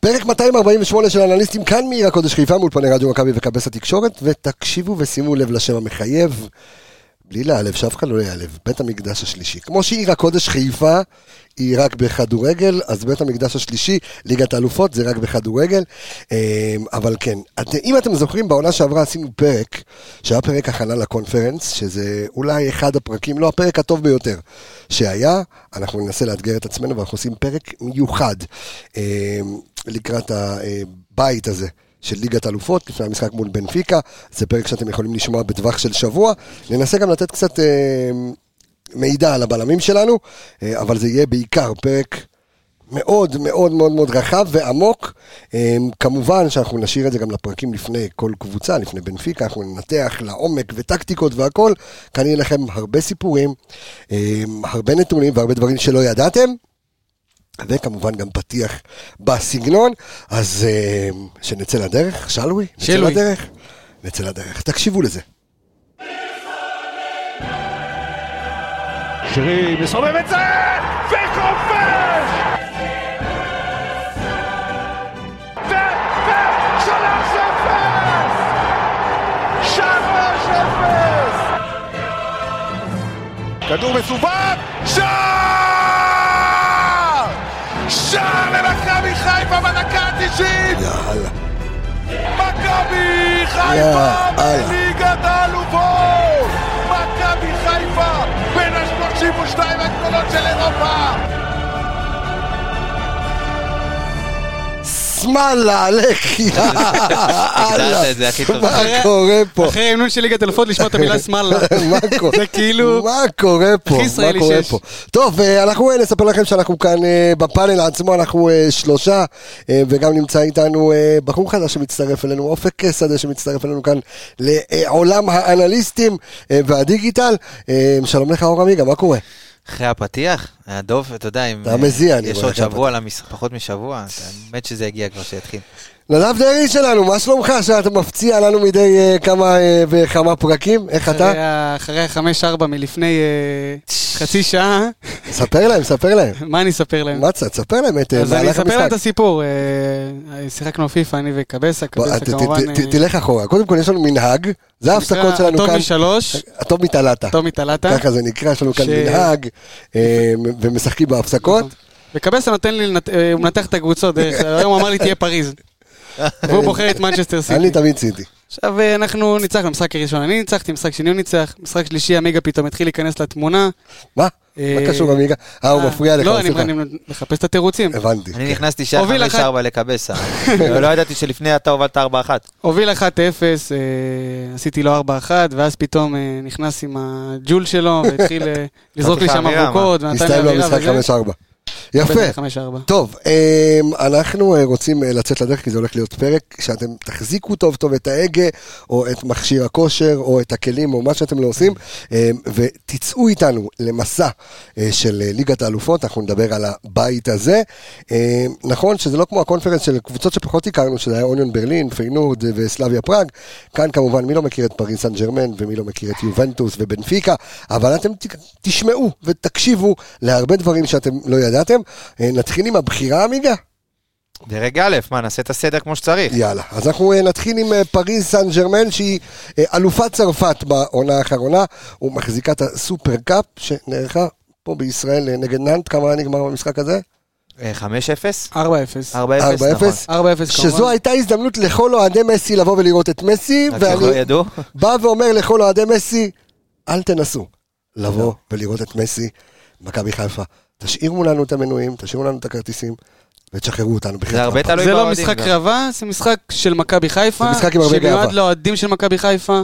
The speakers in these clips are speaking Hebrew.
פרק 248 של אנליסטים כאן מעיר הקודש חיפה מאולפני רדיו מכבי וכבס התקשורת, ותקשיבו ושימו לב לשם המחייב. בלי להיעלב, שאף אחד לא ייעלב, בית המקדש השלישי. כמו שעיר הקודש חיפה היא רק בכדורגל, אז בית המקדש השלישי, ליגת האלופות, זה רק בכדורגל. אה, אבל כן, את, אם אתם זוכרים, בעונה שעברה עשינו פרק, שהיה פרק הכנה לקונפרנס, שזה אולי אחד הפרקים, לא הפרק הטוב ביותר שהיה. אנחנו ננסה לאתגר את עצמנו, ואנחנו עושים פרק מיוחד אה, לקראת הבית הזה. של ליגת אלופות, לפני המשחק מול בנפיקה, זה פרק שאתם יכולים לשמוע בטווח של שבוע. ננסה גם לתת קצת אה, מידע על הבלמים שלנו, אה, אבל זה יהיה בעיקר פרק מאוד מאוד מאוד מאוד רחב ועמוק. אה, כמובן שאנחנו נשאיר את זה גם לפרקים לפני כל קבוצה, לפני בנפיקה, אנחנו ננתח לעומק וטקטיקות והכל. כאן יהיה לכם הרבה סיפורים, אה, הרבה נתונים והרבה דברים שלא ידעתם. וכמובן גם פתיח בסגנון, אז אה, שנצא לדרך, שלווי? נצא שלוי. לדרך? נצא לדרך. תקשיבו לזה. שרי מסובב את זה, וכובש! ו- ו- שלוש אפס! שלוש אפס! כדור מסובב, שער! שער למכבי חיפה בדקה ה-90! יאללה. מכבי יאללה. חיפה בליגת האלופות! מכבי חיפה בין ה-32 הגדולות של אירופה! שמאללה, לך, הגדרת את זה יאללה. הכי טוב. מה קורה פה? אחרי ההמנון של ליגת אלפות לשמוע את המילה שמאלה. מה קורה? זה כאילו- מה קורה פה? הכי מה ישראלי קורה שיש. פה? טוב, אה, אנחנו אה, נספר לכם שאנחנו כאן אה, בפאנל עצמו, אנחנו אה, שלושה, אה, וגם נמצא איתנו אה, בחור חדש שמצטרף אלינו, אופק אה, שדה שמצטרף אלינו כאן לעולם האנליסטים אה, והדיגיטל. אה, שלום לך, אור עמיגה, מה קורה? אחרי הפתיח, הדוב, אתה יודע, אם... אתה מזיע, אני יש רואה עוד אחרי שבוע, למש... פחות משבוע, אתה- האמת שזה יגיע כבר שיתחיל. נדב דרעי שלנו, מה שלומך שאתה מפציע לנו מדי אה, כמה אה, וכמה פרקים? איך אתה? אחרי ה- אחרי החמש ארבע מלפני אה, חצי שעה, ספר להם, ספר להם. מה אני אספר להם? מה צד? ספר להם את אה, אז אני מהלך אספר להם המשחק. את הסיפור. אה, שיחקנו פיפא, אני וקבסה, בוא, קבסה ת- ת- כמובן. אה, ת- ת- תלך אחורה. קודם כל, יש לנו מנהג, זה ההפסקות שלנו טוב כאן. משלוש, הטוב מתעלתה. טוב מתעלתה. ככה זה נקרא, יש לנו כאן ש- נכון. מנהג, אה, ומשחקים בהפסקות. וקבסה נותן לי, לנת- אה, הוא מנתח את הקבוצות, דרך אגב. היום הוא אמר לי תהיה פריז. והוא בוחר את מנצ'סטר אני סיטי. תמיד סיטי. עכשיו אה, אנחנו ניצחנו, משחק ראשון אני ניצחתי, משחק שני הוא ניצח, משחק שלישי עמיגה פתאום התחיל להיכנס לתמונה. מה? אה, מה קשור עמיגה? אה, הוא אה, מפריע לך, לא, אני- סליחה. אני מחפש את התירוצים. הבנתי. אני נכנסתי שעה הוביל חמש אחת. ארבע לקבסה, ולא לא ידעתי שלפני אתה הובלת ארבע אחת. הוביל 1-0, אה, עשיתי לו 4-1, ואז פתאום אה, נכנס עם הג'ול שלו, והתחיל אה, לזרוק לי חתיכה שם אמירה, מה? אבוקות, ונתן לי כן. הסתיים לו אווירה המשחק 5-4. יפה. בטח, 5-4. טוב, אמ, אנחנו אה, רוצים אה, לצאת לדרך, כי זה הולך להיות פרק שאתם תחזיקו טוב טוב את ההגה, או את מכשיר הכושר, או את הכלים, או מה שאתם לא עושים, אמ, ותצאו איתנו למסע אה, של אה, ליגת האלופות, אנחנו נדבר על הבית הזה. אמ, נכון שזה לא כמו הקונפרנס של קבוצות שפחות הכרנו, שזה היה אוניון ברלין, פיינורד אה, וסלאביה פראג. כאן כמובן, מי לא מכיר את פריס סן ג'רמן, ומי לא מכיר את יובנטוס ובנפיקה, אבל אתם ת- תשמעו ותקשיבו להרבה דברים שאתם לא ידעתם. אה, נתחיל עם הבחירה, עמיגה? דרג א', מה, נעשה את הסדר כמו שצריך. יאללה. אז אנחנו אה, נתחיל עם אה, פריז סן ג'רמן, שהיא אה, אלופת צרפת בעונה האחרונה, ומחזיקה את הסופר קאפ שנערכה פה בישראל אה, נגד נאנט, כמה היה נגמר במשחק הזה? אה, חמש אפס? 4-0. ארבע אפס, 4-0. נכון. 4-0 שזו כמובן. הייתה הזדמנות לכל אוהדי מסי לבוא ולראות את מסי, נכון. רק שלא ואני ידעו. בא ואומר לכל אוהדי מסי, אל תנסו לבוא ולראות את מסי, מכבי חיפה. תשאירו לנו את המנויים, תשאירו לנו את הכרטיסים, ותשחררו אותנו בחצי זה הרבה הפעם. תלוי זה לא באוהדים. משחק גם. קרבה, זה משחק של מכבי חיפה. זה משחק עם הרבה גאווה. שמיועד לאוהדים של מכבי חיפה.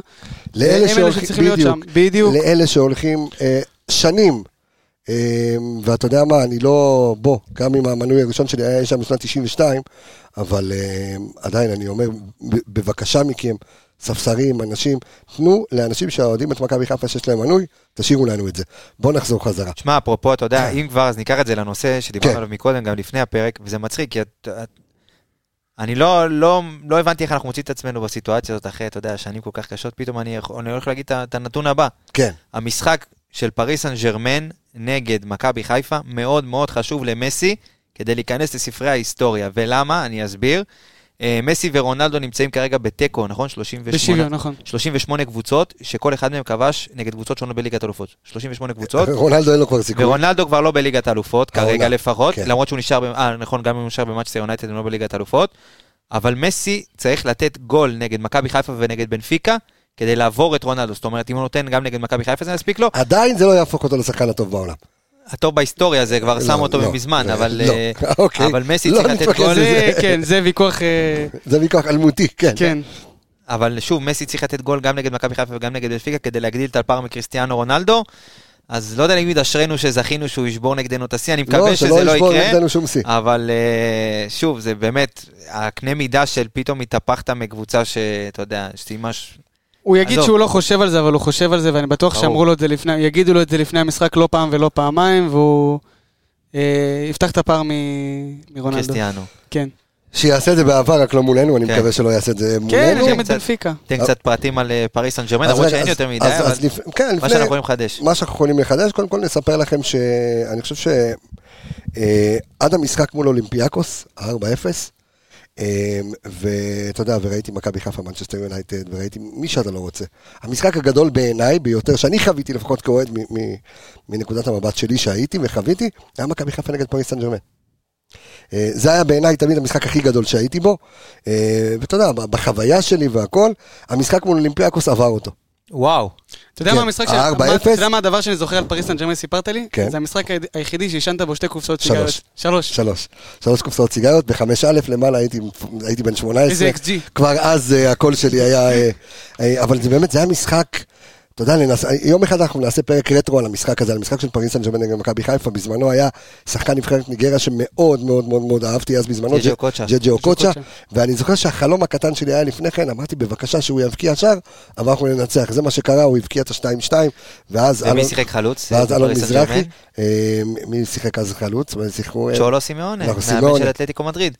לאלה הם אלה שהולכים- שצריכים להיות בדיוק. שם. בדיוק. לאלה שהולכים אה, שנים. אה, ואתה יודע מה, אני לא... בוא, גם אם המנוי הראשון שלי היה שם בשנת 92, אבל אה, עדיין אני אומר, ב- בבקשה מכם, ספסרים, אנשים, תנו לאנשים שאוהדים את מכבי חיפה שיש להם מנוי, תשאירו לנו את זה. בואו נחזור חזרה. שמע, אפרופו, אתה יודע, אם כבר, אז ניקח את זה לנושא כן. שדיברנו עליו מקודם, גם לפני הפרק, וזה מצחיק, כי את- את- אני לא- לא לא הבנתי איך אנחנו מוצאים את עצמנו בסיטואציה הזאת, אחרי, אתה יודע, שנים כל כך קשות, פתאום אני יכול- אני הולך להגיד את ה- את הנתון הבא. כן, המשחק של פריס סן ג'רמן נגד מכבי חיפה מאוד מאוד חשוב למסי, כדי להיכנס לספרי ההיסטוריה. ולמה? אני אסביר. אה, מסי ורונלדו נמצאים כרגע בתיקו, נכון? 38. בשוויון, נכון. 38 קבוצות, שכל אחד מהם כבש נגד קבוצות שונות בליגת אלופות. 38 קבוצות, רונלדו אין לו כבר סיכוי. ורונלדו כבר לא בליגת אלופות, כרגע העונה, לפחות, כן. למרות שהוא נשאר, ב- אה, נכון, גם אם הוא נשאר במאצ'סטר יונייטד, הוא לא בליגת אלופות, אבל מסי צריך לתת גול נגד מכבי חיפה ונגד בנפיקה, כדי לעבור את רונלדו. זאת אומרת, אם הוא נותן גם נגד מכבי חיפה זה מספיק לו, עדיין זה לא יהפוך אותו לשחקן הטוב בעולם. הטוב בהיסטוריה זה כבר לא, שם אותו לא, מזמן, זה- אבל לא. אה, אוקיי. אבל מסי לא צריך לתת נתווכח גול, על זה, כן, זה ויכוח, אה, זה ויכוח אלמותי, כן. כן. אבל שוב, מסי צריך לתת גול גם נגד מכבי חיפה וגם נגד בנפיקה, כדי להגדיל את הפער מקריסטיאנו רונלדו. אז לא יודע להגיד אשרינו שזכינו שהוא ישבור נגדנו את השיא, אני מקווה שזה לא שלא ישבור יקרה. נגדנו שום שיא. אבל אה, שוב, זה באמת, הקנה מידה של פתאום התהפכת מקבוצה שאתה יודע, שסיימה... ש- הוא יגיד עזוב. שהוא לא חושב על זה, אבל הוא חושב על זה, ואני בטוח ברור. שאמרו לו את זה לפני, יגידו לו את זה לפני המשחק לא פעם ולא פעמיים, והוא אה, יפתח את הפער מ- מרונלדו. קריסטיאנו. כן. שיעשה את זה בעבר, רק לא מולנו, אני כן. מקווה שלא יעשה את זה מולנו. כן, יש נו, גם את קצת. בנפיקה. תן אה. קצת פרטים על אה, פריס סן ג'רמן, אז למרות רגע, שאין אז- יותר מדי, אז- אבל אז לפ- כן, מה לפני- שאנחנו יכולים לחדש. מה שאנחנו יכולים לחדש, קודם כל נספר לכם שאני חושב שעד המשחק מול אולימפיאקוס, 4-0, אה, ואתה יודע, וראיתי מכבי חיפה, מנצ'סטר יונייטד, וראיתי מי שאתה לא רוצה. המשחק הגדול בעיניי ביותר, שאני חוויתי לפחות כאוהד מ- מ- מנקודת המבט שלי שהייתי וחוויתי, היה מכבי חיפה נגד פריס סן ג'רמן. אה, זה היה בעיניי תמיד המשחק הכי גדול שהייתי בו, אה, ואתה יודע, בחוויה שלי והכל, המשחק מול אולימפיאקוס עבר אותו. וואו. אתה יודע כן. מה המשחק ש... הארבע מה- אפס? אתה יודע מה הדבר שאני זוכר על פריס סן ג'רמן סיפרת לי? כן. זה המשחק היד- היחידי שעישנת בו שתי קופסאות שלוש. סיגריות. שלוש. שלוש. שלוש קופסאות סיגריות, בחמש א' למעלה הייתי, הייתי בן 18. איזה XG. כבר אז אה, הקול שלי היה... אה, אה, אבל זה באמת, זה היה משחק... אתה יודע, ננס... יום אחד אנחנו נעשה פרק רטרו על המשחק הזה, על המשחק של פריס סן ג'רמן נגד מכבי חיפה, בזמנו היה שחקן נבחרת ניגריה שמאוד מאוד מאוד מאוד אהבתי אז בזמנו, ג'ג'י אוקוצ'ה. ג'ג'י אוקוצ'ה, אוקוצ'ה. ואני זוכר שהחלום הקטן שלי היה לפני כן, אמרתי בבקשה שהוא יבקיע שער, אבל אנחנו ננצח, זה מה שקרה, הוא הבקיע את ה-2-2, ואז ומי אלון- שיחק חלוץ? ואז אלון בפריס סן מזרחי, ג'רמן? אה, מי שיחק אז חלוץ, ושיחקו... אה, צ'ולו סימאונה, לא, מאמן סימאונה. של אתלטיקו מדריד.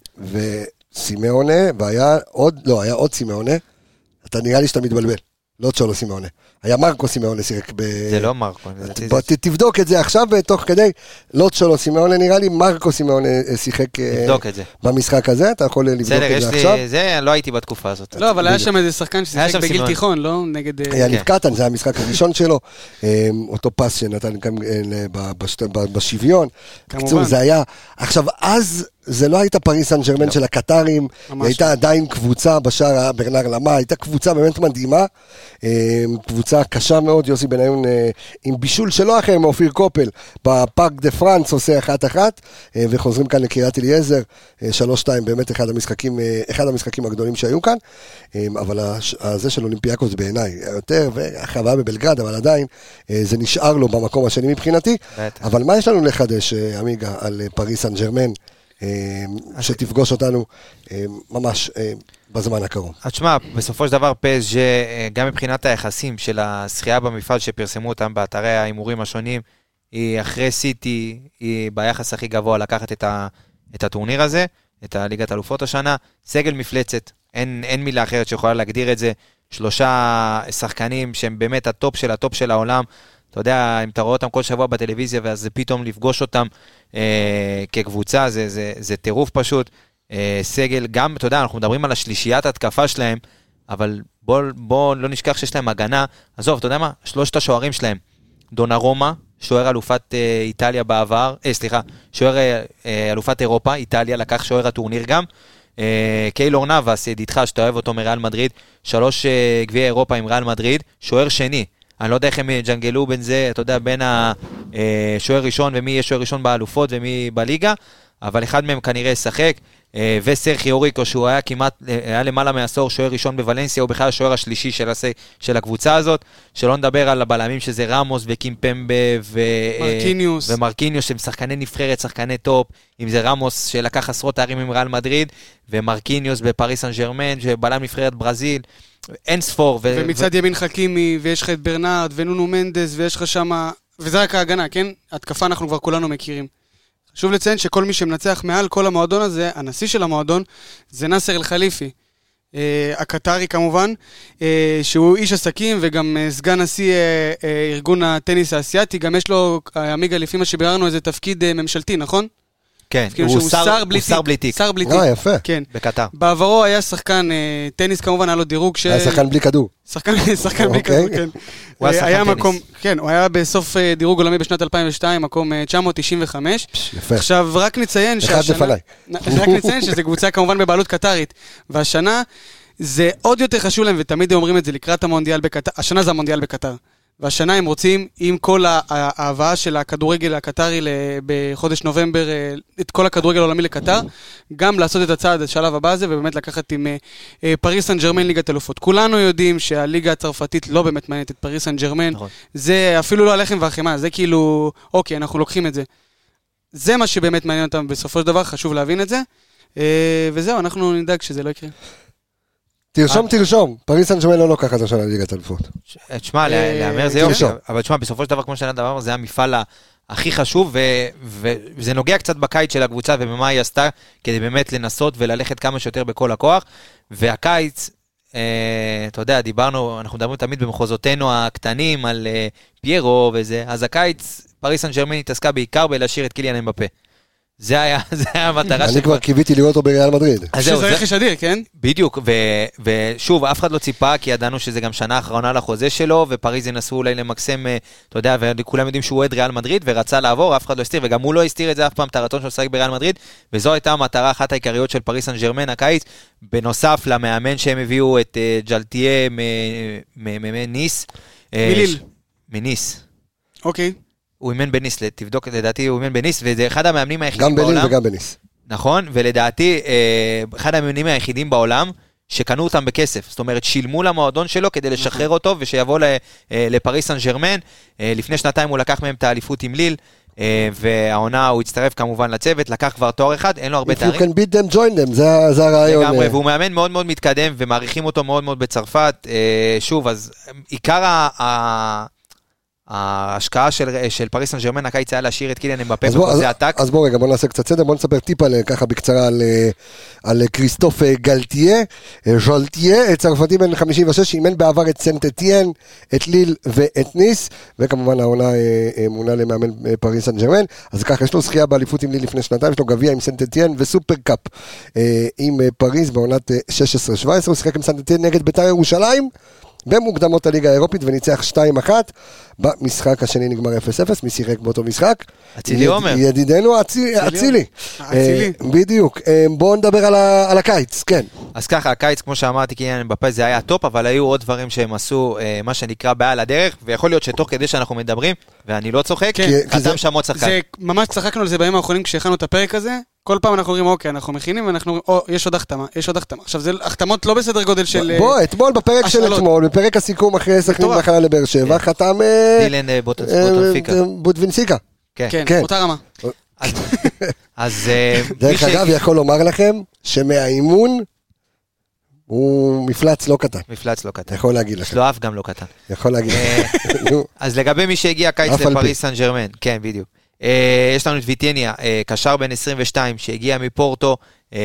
וסימאונה, והיה עוד, לא, היה עוד סימאונה. אתה נראה לי שאתה מתבלבל. לא צ'ולו סימאונה. היה מרקו סימאונה שיחק ב... זה לא מרקו. לדעתי זה- ת- תבדוק את זה עכשיו, ותוך כדי, לא צ'ולו סימאונה נראה לי, מרקו סימאונה אה, שיחק אה, נבדוק את זה. במשחק הזה, אתה יכול אה, לבדוק בסדר, את יש זה עכשיו. לי... זה, לא הייתי בתקופה הזאת. לא, אבל היה בדיוק. שם איזה שחקן היה ששיחק שם בגיל סימון. תיכון, לא? נגד... אה, יניב כן. קטן, זה היה המשחק הראשון שלו, אה, אותו פס שנתן גם אה, ל- ב- בשת- ב- בשוויון. כמובן. בקיצור, זה היה... עכשיו, אז זה לא הייתה פריס סן ג'רמן של הקטרים, ממש לא. היא הייתה עדיין קבוצה בשער היה ברנר למה, הייתה קבוצה באמת מדהימה, אה, קבוצה קשה מאוד, יוסי בניון אה, עם בישול שלא אחר מאופיר קופל, בפארק דה פרנס עושה אחת-אחת, אה, וחוזרים כאן לקריית אליעזר, אה, שלוש-שתיים, באמת אחד המשחקים, אה, אחד המשחקים הגדולים שהיו כאן, אה, אבל הש- הזה של אולימפיאקוס בעיניי, יותר, והחוויה בבלגרד, אבל עדיין, אה, זה נשאר לו במקום השני מבחינתי, בטח. אבל מה יש לנו לחדש, אה, עמיגה, על אה, פריס סן ג'רמן, אה, שתפגוש אותנו אה, ממש אה, בזמן הקרוב? אז תשמע, בסופו של דבר פז' אה, גם מבחינת היחסים של הזכייה במפעל שפרסמו אותם באתרי ההימורים השונים, היא אחרי סיטי, היא ביחס הכי גבוה לקחת את, ה, את הטורניר הזה, את הליגת אלופות השנה. סגל מפלצת, אין, אין מילה אחרת שיכולה להגדיר את זה. שלושה שחקנים שהם באמת הטופ של הטופ של העולם. אתה יודע, אם אתה רואה אותם כל שבוע בטלוויזיה, ואז זה פתאום לפגוש אותם אה, כקבוצה, זה, זה, זה טירוף פשוט. אה, סגל, גם, אתה יודע, אנחנו מדברים על השלישיית התקפה שלהם, אבל בואו בוא לא נשכח שיש להם הגנה. עזוב, אתה יודע מה? שלושת השוערים שלהם. דונרומה, שוער אלופת אה, איטליה בעבר, אה, סליחה, שוער אה, אה, אלופת אירופה, איטליה, לקח שוער הטורניר גם. אה, קיילור נאבס, ידידך, שאתה אוהב אותו מריאל מדריד, שלוש אה, גביעי אירופה עם ריאל מדריד, שוער שני. אני לא יודע איך הם יג'נגלו בין זה, אתה יודע, בין השוער ראשון ומי יהיה שוער ראשון באלופות ומי בליגה, אבל אחד מהם כנראה ישחק. אה, וסרחי אוריקו, שהוא היה כמעט, אה, היה למעלה מעשור שוער ראשון בוולנסיה, הוא בכלל השוער השלישי של, הס... של הקבוצה הזאת. שלא נדבר על הבלמים שזה רמוס וקימפמבה ו... אה, מרקיניוס. ומרקיניוס שהם שחקני נבחרת, שחקני טופ, אם זה רמוס שלקח עשרות תארים עם ריאל מדריד, ומרקיניוס בפריס סן ג'רמן, שבלם נבחרת ברזיל, אין ספור. אה, ו- ומצד ימין חכימי, ויש לך את ברנרד, ונונו מנדס, ויש לך שמה... וזה רק ההגנה, כן? התקפה אנחנו כבר כולנו מכירים. חשוב לציין שכל מי שמנצח מעל כל המועדון הזה, הנשיא של המועדון, זה נאסר אל-חליפי. אה, הקטרי כמובן, אה, שהוא איש עסקים וגם אה, סגן נשיא אה, אה, ארגון הטניס האסייתי, גם יש לו, אה, עמיגה, לפי מה שביררנו, איזה תפקיד אה, ממשלתי, נכון? כן, כאילו הוא שהוא שר- שר הוא בלי שר בלי תיק. שר בלי אה, תיק. יפה. כן. בקטר. בעברו היה שחקן אה, טניס, כמובן, היה לו דירוג אה, של... היה שחקן בלי כדור. שחקן, שחקן בלי אוקיי. כדור, כן. הוא היה אה, שחקן טניס. מקום, כן, הוא היה בסוף אה, דירוג עולמי בשנת 2002, מקום אה, 995. יפה. עכשיו, רק נציין אחד שהשנה... לפניי. נ- רק נציין שזו קבוצה כמובן בבעלות קטרית. והשנה, זה עוד יותר חשוב להם, ותמיד הם אומרים את זה לקראת המונדיאל בקטר, השנה זה המונדיאל בקטר. והשנה הם רוצים, עם כל ה- ה- ההבאה של הכדורגל הקטרי ל- בחודש נובמבר, אה, את כל הכדורגל העולמי לקטר, גם לעשות את הצעד, השלב הבא הזה, ובאמת לקחת עם אה, אה, פריס סן ג'רמן ליגת אלופות. כולנו יודעים שהליגה הצרפתית לא באמת מעניינת את פריס סן ג'רמן. נכון. זה אפילו לא הלחם והחמאה, זה כאילו, אוקיי, אנחנו לוקחים את זה. זה מה שבאמת מעניין אותם בסופו של דבר, חשוב להבין את זה. אה, וזהו, אנחנו נדאג שזה לא יקרה. אה, תרשום, תרשום. פריס סן שמאל לא לוקחת השנה ליגת אלפות. ש- תשמע, אה, להמר זה כן. יופי, תרשום. אבל תשמע, בסופו של דבר, כמו שנדב אמר, זה המפעל ה- הכי חשוב, ו- ו- וזה נוגע קצת בקיץ של הקבוצה ובמה היא עשתה, כדי באמת לנסות וללכת כמה שיותר בכל הכוח. והקיץ, אה, אתה יודע, דיברנו, אנחנו מדברים תמיד במחוזותינו הקטנים על אה, פיירו וזה, אז הקיץ, פריס סן ג'רמן התעסקה בעיקר בלהשאיר את קיליאן אמבפה. זה היה זה היה המטרה אני כבר קיוויתי לראות אותו בריאל מדריד. אז זהו, שזה רכש אדיר, כן? בדיוק, ו, ושוב, אף אחד לא ציפה, כי ידענו שזה גם שנה אחרונה לחוזה שלו, ופריז ינסו אולי למקסם, אה, אתה יודע, וכולם יודעים שהוא אוהד ריאל מדריד, ורצה לעבור, אף אחד לא הסתיר, וגם הוא לא הסתיר את זה אף פעם, את הרצון שלו לשחק בריאל מדריד, וזו הייתה המטרה אחת העיקריות של פריס סן ג'רמן הקיץ, בנוסף למאמן שהם הביאו, את אה, ג'לטיה מ- מ- מ- מניס. אה, מליל. ש- מניס. אוקיי. הוא אימן בניס, תבדוק, לדעתי הוא אימן בניס, וזה אחד המאמנים גם היחידים בעולם. בלין וגם בניס. נכון, ולדעתי, אה, אחד המאמנים היחידים בעולם שקנו אותם בכסף. זאת אומרת, שילמו למועדון שלו כדי נכון. לשחרר אותו ושיבוא ל- אה, לפריס סן ג'רמן. אה, לפני שנתיים הוא לקח מהם את האליפות עם ליל, אה, והעונה הוא הצטרף כמובן לצוות, לקח כבר תואר אחד, אין לו הרבה If you תארים. can beat them, join them, זה ה- זה הרעיון. לגמרי, אה, והוא מאמן מאוד מאוד מתקדם, ומעריכים אותו מאוד מאוד בצרפת. אה, שוב, אז אה, עיקר ה- ה- ההשקעה של, אה, של פריס סן ג'רמן הקיץ היה להשאיר את קיליאן אמבפה אז בוא- אז- בחוזה עתק. אז בוא רגע, בוא נעשה קצת סדר, בוא נספר טיפה אה, ככה בקצרה על, אה, על אה, כריסטוף אה, גלטיה, אה, ז'ולטיה, אה, צרפתי בן 56, שאימן בעבר את סנט אתיין, את ליל ואת ניס, וכמובן העונה אה, אה, מונה למאמן אה, פריס סן ג'רמן, אז ככה, יש לו זכייה באליפות עם ליל לפני שנתיים, יש לו גביע עם סנט אתיין וסופר קאפ אה, עם אה, פריס בעונת אה, 16-17, הוא שיחק עם סנט אתיין נגד בית"ר ירושלים. במוקדמות הליגה האירופית וניצח 2-1 במשחק השני נגמר 0-0 מי שיחק באותו משחק? אצילי יד- עומר. ידידנו אצילי. אצילי. אצילי. אה, בדיוק. אה, בואו נדבר על ה- על הקיץ, כן. אז ככה, הקיץ, כמו שאמרתי, קיליאן אמבפה זה היה הטופ, אבל היו עוד דברים שהם עשו, אה, מה שנקרא, בעל הדרך, ויכול להיות שתוך כדי שאנחנו מדברים, ואני לא צוחק, כן. כי- כי זה- חתם שם עוד שחקן. זה, ממש צחקנו על זה בימים האחרונים כשהכנו את הפרק הזה. כל פעם אנחנו אומרים, אוקיי, אנחנו מכינים, ואנחנו אומרים, או, יש עוד החתמה, יש עוד החתמה. עכשיו, זה החתמות לא בסדר גודל של... אה, בוא, אתמול בפרק של השאלות. אתמול, בפרק הסיכום אחרי סכנין מטורף. כן. והחלה לבאר שבע, חתם אה, דילן אה, בוטנס- אה, בוטנפיקה. אה, בוטבינסיקה. כן. כן, כן. אותה רמה. אז- אז אה, מי דרך ש- אגב, יכול לומר לכם שמהאימון הוא מפלץ לא קטן. מפלץ לא קטן. יכול להגיד יש לכם, לו אף גם לא קטן. יכול להגיד אה, לכם. נו, אז לגבי מי שהגיע הקיץ אף על פי. לפריס סן ג'רמן, כן, בדיוק. אה, יש לנו את ויטיניה, אה, קשר בן 22, שהגיע מפורטו, אה,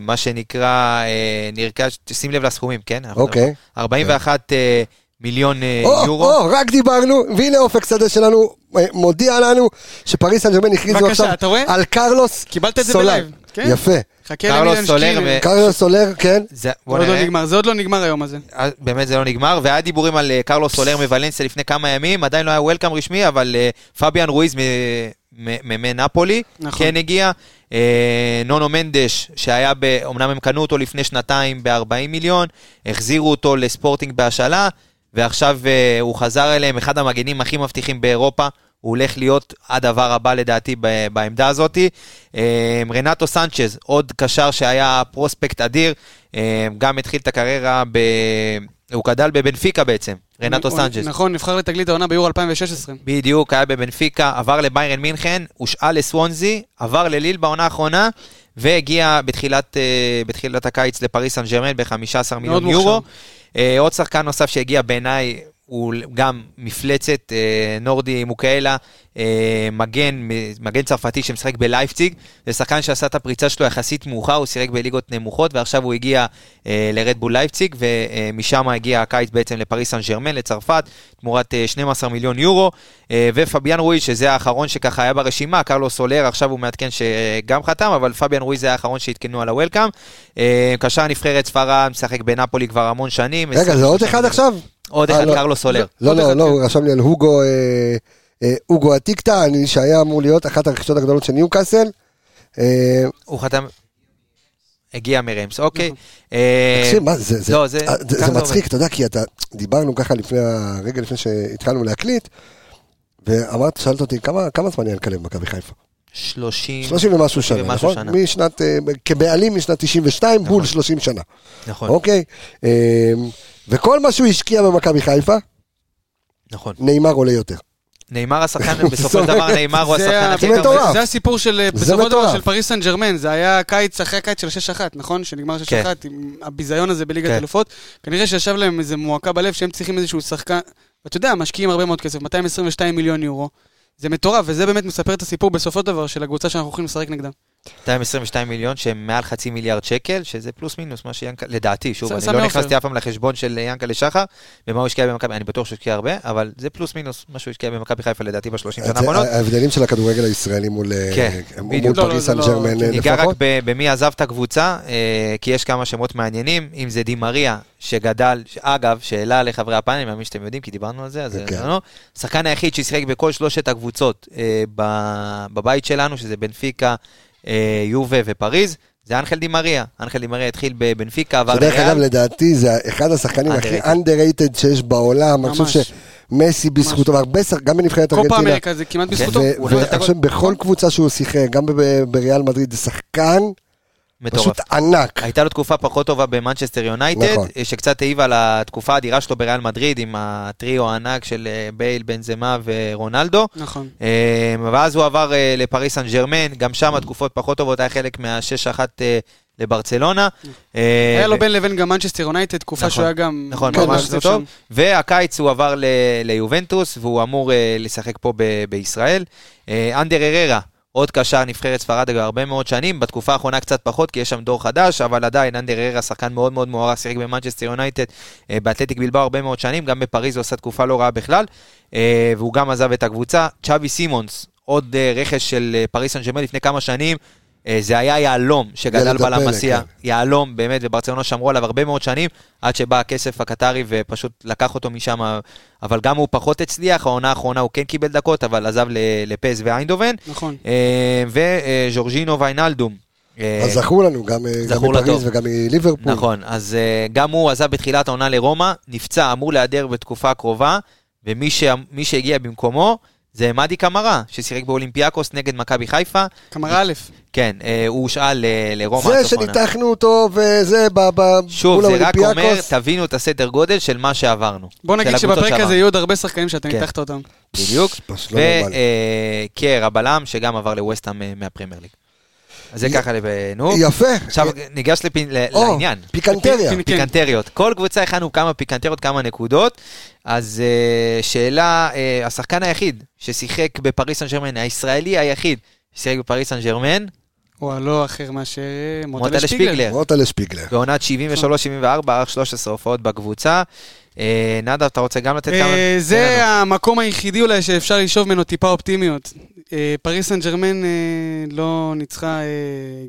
מה שנקרא, אה, נרכש, שים לב לסכומים, כן? אנחנו אוקיי. מדברים- 41 אה, מיליון אה, או, יורו. או, רק דיברנו, והנה אופק שדה שלנו אה, מודיע לנו שפריס סן ג'רמן הכריזו בבקשה, עכשיו אתה רואה? על קרלוס קיבלת את זה סולר. בלייב. כן? יפה. חכה קרלוס למיליון סולר שקלים. ו- קרלוס סולר, כן. זה, זה בוא עוד לא נראה, נגמר, זה עוד לא נגמר היום הזה. אז באמת זה לא נגמר, והיה דיבורים על אה, קרלוס סולר מוולנסיה לפני כמה ימים, עדיין לא היה וולקאם רשמי, אבל אה, פביאן רואיז מנפולי, נכון. כן הגיע, אה, נונו מנדש, שהיה, ב- אומנם הם קנו אותו לפני שנתיים ב-40 מיליון, החזירו אותו לספורטינג בהשאלה, ועכשיו אה, הוא חזר אליהם, אחד המגנים הכי מבטיחים באירופה. הוא הולך להיות הדבר הבא לדעתי ב- בעמדה הזאת. אה, רנטו סנצ'ז, עוד קשר שהיה פרוספקט אדיר, אה, גם התחיל את הקריירה, ב... הוא גדל בבנפיקה בעצם, רנטו הוא- סנצ'ז. נכון, נבחר לתגלית העונה ביורו 2016. בדיוק, היה בבנפיקה, עבר לביירן מינכן, הושאל לסוונזי, עבר לליל בעונה האחרונה, והגיע בתחילת, אה, בתחילת הקיץ לפריס סן ג'רמן ב-15 מיליון מוכשר. יורו. אה, עוד שחקן נוסף שהגיע בעיניי, הוא גם מפלצת, אה, נורדי מוקאלה, אה, מגן, מ- מגן צרפתי שמשחק בלייפציג. זה שחקן שעשה את הפריצה שלו יחסית מאוחר, הוא שיחק בליגות נמוכות, ועכשיו הוא הגיע אה, לרדבול לייפציג, אה, ומשם הגיע הקיץ בעצם לפריס סן ג'רמן, לצרפת, תמורת אה, 12 מיליון יורו. אה, ופביאן רוי, שזה האחרון שככה היה ברשימה, קרלוס סולר, עכשיו הוא מעדכן שגם חתם, אבל פביאן רוי זה האחרון שעדכנו על הוולקאם. אה, קשר נבחרת ספרד, משחק בנפולי כבר המון שנים. רגע, זה עוד אחד עכשיו? עוד אה, אחד, לא. קרלוס סולר. לא, עוד לא, אחד, לא, כן. הוא רשם לי על הוגו, אה, אה, הוגו עתיקתא, אני- שהיה אמור להיות אחת הרכישות הגדולות של ניוקאסל. אה, הוא חתם... הגיע מרמס, אוקיי. אה, נכון. תקשיב, מה זה, זה, לא, זה, זה- זה, ככה זה זה מצחיק, אתה יודע, כי אתה, דיברנו ככה לפני, ה- רגע לפני שהתחלנו להקליט, ואמרת, שאלת אותי, כמה, כמה זמן ינקלב במכבי חיפה? 30... 30 ומשהו שנה, ומשהו נכון? שנה. משנת, אה, כבעלים משנת 92, בול 30 שנה, נכון, אוקיי? אה, וכל מה שהוא השקיע במכבי חיפה, נכון. נאמר עולה יותר. נאמר השחקן, בסופו של זה- דבר נאמר הוא זה השחקן ה- הכי זה טוב. מטורף. זה הסיפור של, זה בסופו של מטורף. דבר, של פריס סן ג'רמן. זה היה הקיץ אחרי הקיץ של 6-1, נכון? שנגמר 6-1 עם הביזיון הזה בליגת כן. אלופות. כנראה שישב להם איזה מועקה בלב שהם צריכים איזשהו שחקן... ואתה יודע, משקיעים הרבה מאוד כסף, 222 מיליון יורו. זה מטורף, וזה באמת מספר את הסיפור בסופו של דבר של הקבוצה שאנחנו הולכים לשחק נגדה. 222 מיליון שהם מעל חצי מיליארד שקל, שזה פלוס מינוס מה שיאנקה, לדעתי, שוב, זה אני סמי לא עופר. נכנסתי אף פעם לחשבון של יאנקלה שחר, ומה הוא השקיע במכבי, אני בטוח שהוא השקיע הרבה, אבל זה פלוס מינוס מה שהוא השקיע במכבי חיפה לדעתי בשלושים שנה זה- האחרונות. ההבדלים של הכדורגל הישראלי מול אה, כן, מול בדיוק. לא, לא, פריס זה סן לא- ג'רמן אה, ניגע רק לפחות. ב- במי עזב את הקבוצה, אה, כי יש כמה שמות מעניינים, אם זה די מריה, שגדל, ש- אגב, שאלה לחברי הפאנל, אני מאמין שאתם יודעים, כי דיברנו על זה, אז כן. כן. לא. השחקן היחיד ששיחק בכל שלושת הקבוצות אה, ב- בבית שלנו, שזה בנפיקה, אה, יובה ופריז, זה אנחל די מריה. אנחל די מריה התחיל בבנפיקה, עבר שדרך אגב, לריאל. לדעתי זה אחד השחקנים הכי Underrated. underrated שיש בעולם. אני חושב ממש. שמסי בזכותו, והרבה שחקנים, גם בנבחרת קופה ארגנטינה. אמריקה זה כמעט כן. בזכותו. הוא נתן את ועכשיו בכל קבוצה שהוא שיחק, גם ב- בריאל מדריד, זה שחקן מטורף. פשוט ענק. הייתה לו תקופה פחות טובה במנצ'סטר יונייטד, אה, נכון. שקצת העיבה על התקופה האדירה שלו בריאל מדריד, עם הטריו הענק של אה, בייל, בנזמה ורונלדו. נכון. אה, ואז הוא עבר אה, לפריס סן ג'רמן, גם שם התקופות פחות טובות, היה חלק מה-6-1 אה, לברצלונה. אה, היה ו- לו בין לבין גם מנצ'סטר יונייטד, תקופה נכון, שהוא היה גם... כן, נכון, מאוד ממש עזוב זה טוב. שם. והקיץ הוא עבר ל- ליובנטוס, והוא אמור אה, לשחק פה ב- בישראל. אה, אנדר אררה, עוד קשר נבחרת ספרד כבר הרבה מאוד שנים, בתקופה האחרונה קצת פחות, כי יש שם דור חדש, אבל עדיין אנדר אררה, שחקן מאוד מאוד מוערך, שיחק במנצ'סטר יונייטד, אה, באתלטיק בלבאו הרבה מאוד שנים, גם בפריז הוא עשה תקופה לא רעה בכלל, אה, והוא גם עזב את הקבוצה. צ'אבי סימונס, עוד אה, רכש של אה, פריס סן ג'רמן לפני כמה שנים. אה, זה היה יהלום שגדל ילד הפלא, בלמסיה, כן. יהלום, באמת, וברצלונה שמרו עליו הרבה מאוד שנים, עד שבא הכסף הקטרי ופשוט לקח אותו משם, אבל גם הוא פחות הצליח, העונה האחרונה הוא כן קיבל דקות, אבל עזב ל- לפז ואיינדובן, נכון. וז'ורג'ינו ויינלדום. אה, אז זכו לנו, גם אה, גם זכור מפריז לטוב. וגם מליברפול. נכון, אז אה, גם הוא עזב בתחילת העונה לרומא, נפצע, אמור להיעדר בתקופה הקרובה, ומי ש- מי שהגיע במקומו זה מאדי קמרה, ששיחק באולימפיאקוס נגד מכבי חיפה. קמרה א', כן, אה, הוא הושאל ל- לרומא. עד זה סוף העונה. שניתחנו אותו וזה, ב- ב- שוב, מול זה רק אומר, האולימפיאקוס. תבינו את הסדר גודל של מה שעברנו. בוא של נגיד הקבוצות שבפרק הזה שעברנו. יהיו עוד הרבה שחקנים שאתה כן. ניתחת אותם. בדיוק. פשוט לא נורמלי. וקר הבלם, אה, שגם עבר לווסטהאם אה, מהפרמייר ליג. אז זה י- ככה, לב- אה, נו. יפה. אה, עכשיו ניגש לפין- ל- או, כן. לעניין. פיקנטריה. פינ- פיקנטריות. כל קבוצה הכנו כמה פיקנטריות, כמה נקודות. אז אה, שאלה, אה, השחקן היחיד ששיחק בפריס סן ג'רמן, הישראלי היחיד ששיחק בפריס סן ג'רמן, הוא הלא לא אחר מאשר מוטל מוטל שפיגלר. שפיגלר. מוטה לשפיגלר. בעונת 73-74, ערך 13 הופעות בקבוצה. אה, נדב, אתה רוצה גם לתת כמה? אה, תן זה לנו. המקום היחידי אולי שאפשר לשאוב ממנו טיפה אופטימיות. אה, פריס סן ג'רמן אה, לא ניצחה אה,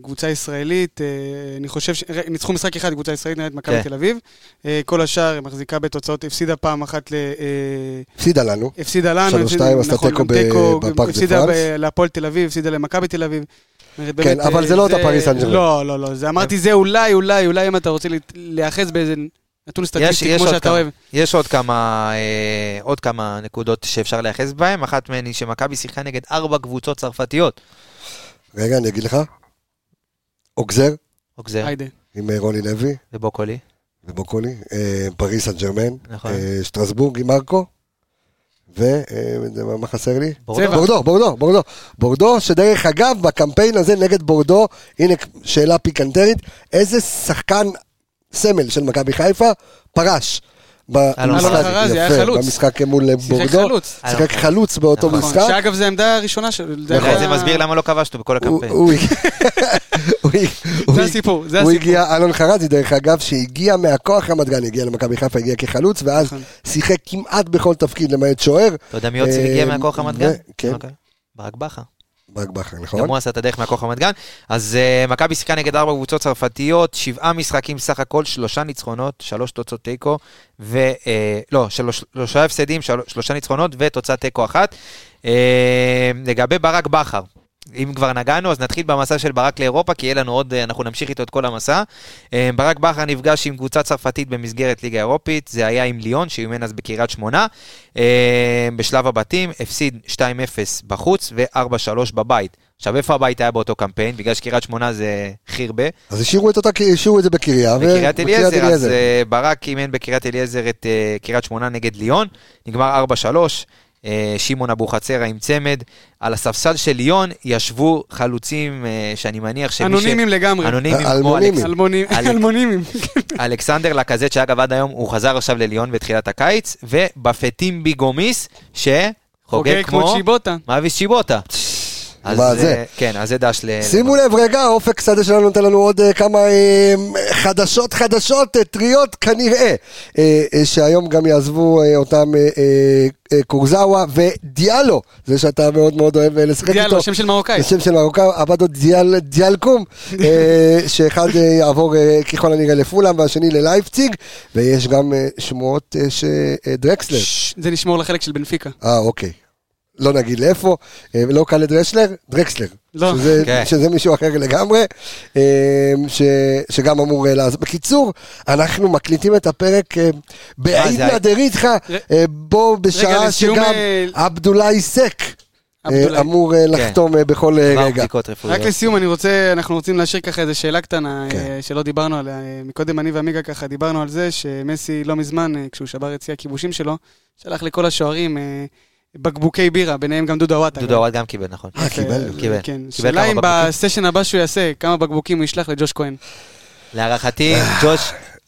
קבוצה ישראלית, אה, אני חושב, ש- ר- ניצחו משחק אחד קבוצה ישראלית נגד מכבי כן. תל אביב. אה, כל השאר היא מחזיקה בתוצאות, הפסידה פעם אחת ל... אה, הפסידה לנו. הפסידה לנו, שלוש, הפסידה- שתיים, עשתה נכון, תיקו גם ב- בפארק דה הפסידה פרנס. ב- להפועל תל אביב, הפסידה למכבי תל אביב. אומרת, כן, באמת, אבל אה, זה לא אותה פריס סן ג'רמן. כן. לא, לא, לא, זה אמרתי, זה אולי, אולי, אולי אם אתה רוצה להת- להיאחז באיזה נתון סטטיסטי יש כמו עוד שאתה כמה. אוהב. יש עוד כמה, אה, עוד כמה נקודות שאפשר להיאחז בהן, אחת מהן היא שמכבי שיחקה נגד ארבע קבוצות צרפתיות. רגע, אני אגיד לך. אוגזר, אוגזר היידה. עם אה, רוני לוי ובוקולי, ובוקולי. אה, פריס סן ג'רמן. נכון. אה, שטרסבורג עם מרקו, אה, ומה חסר לי? בורדו. בורדו, בורדו, בורדו. בורדו, שדרך אגב, בקמפיין הזה נגד בורדו, הנה שאלה פיקנטרית, איזה שחקן סמל של מכבי חיפה פרש במשחק, חרזי היה יפה, חלוץ. במשחק מול שיחק בורדו, חלוץ. שיחק חלוץ באותו נכון. נכון, משחק, שאגב, זו העמדה הראשונה שלו. נכון. אולי זה מסביר למה לא כבשנו הוא- בכל הקמפיין. הוא- הוא- הוא- זה הסיפור, זה הוא הסיפור. הגיע, אלון חרזי דרך אגב, שהגיע מהכוח רמת גן, הגיע למכבי חיפה, הגיע כחלוץ, ואז נכון. שיחק כמעט בכל תפקיד למעט שוער, אתה יודע מי עוד אה, הגיע מהכוח רמת גן? ו- כן. אוקיי. ברק בכר. ברק בכר, גם נכון? הוא עשה את הדרך מהכוח רמת גן. אז אה, מכבי שיחקה נגד ארבע קבוצות צרפתיות, שבעה משחקים סך הכל, שלושה ניצחונות, שלוש תוצאות תיקו, ו... אה, לא, שלוש- שלושה הפסדים, של- שלושה ניצחונות ותוצאת תיקו אחת. אה, לגבי ברק בכר. אם כבר נגענו, אז נתחיל במסע של ברק לאירופה, כי יהיה לנו עוד, אה, אנחנו נמשיך איתו את כל המסע. אה, ברק בכר נפגש עם קבוצה צרפתית במסגרת ליגה אירופית, זה היה עם ליון, שאימן אז בקריית שמונה. אה, בשלב הבתים, הפסיד 2-0 בחוץ ו-4-3 בבית. עכשיו, איפה הבית היה באותו קמפיין? בגלל שקריית שמונה זה חרבה. אז השאירו את אותה, השאירו את זה בקריה, ו- בקריית אליעזר, אז אה, ברק אימן בקריית אליעזר את אה, קריית שמונה נגד ליון, נגמר 4-3, אה, שמעון אבוחצירא עם צמד. על הספסל של ליון ישבו חלוצים אה, שאני מניח שמי ש... אנונימים לגמרי. אנונימים. כמו אלמונימים. אלכס- אלמונים- אלק- אלמונימים. כן. אלכסנדר לקזט, שאגב עד היום הוא חזר עכשיו לליון בתחילת הקיץ, ובפטים ביגומיס, שחוגג חוגג כמו כמו... צ'יבוטה. מאביס צ'יבוטה. אז מה אה, זה? כן, אז זה דש ל... שימו לב רגע, אופק שדה שלנו נותן לנו עוד אה, כמה אה, חדשות חדשות, אה, טריות כנראה, אה, אה, שהיום גם יעזבו אה, אותם אה, אה, אה, קורזאווה ודיאלו, זה שאתה מאוד מאוד אוהב אה, לשחק איתו. דיאלו, שם של מרוקאי. השם של מרוקאי, עבדו דיאל, דיאלקום, אה, שאחד אה, יעבור אה, ככל הנראה לפולאם והשני ללייפציג, ויש גם אה, שמועות אה, שדרקסלר, ש- זה נשמור לחלק של בנפיקה. אה אוקיי, לא נגיד לאיפה, אה, לא קל לדרשלר, דרקסלר, לא. שזה, כן. שזה מישהו אחר לגמרי, אה, ש, שגם אמור אה, לעזור. בקיצור, אנחנו מקליטים את הפרק אה, בעיד זה היה- נדר איתך, ר- אה, בו בשעה לסיום, שגם אה, עבדולאי סק. אה, עבדולאי. אמור כן. אה, לחתום אה, בכל אה, כבר רגע. בדיקות רפואיות. רק לסיום, אני רוצה, אנחנו רוצים להשאיר ככה איזו שאלה קטנה כן. אה, שלא דיברנו עליה. אה, מקודם אני ועמיגה ככה דיברנו על זה שמסי לא מזמן, אה, כשהוא שבר את שיא הכיבושים שלו, שלח לכל השוערים אה, בקבוקי בירה, ביניהם גם דודה וואטה. דודו אוהד גם קיבל, נכון. אה, קיבלנו. קיבל. כן. קיבל כמה שאלה אם בקבוקים. בסשן הבא שהוא יעשה, כמה בקבוקים הוא ישלח לג'וש כהן. להערכתי, ג'וש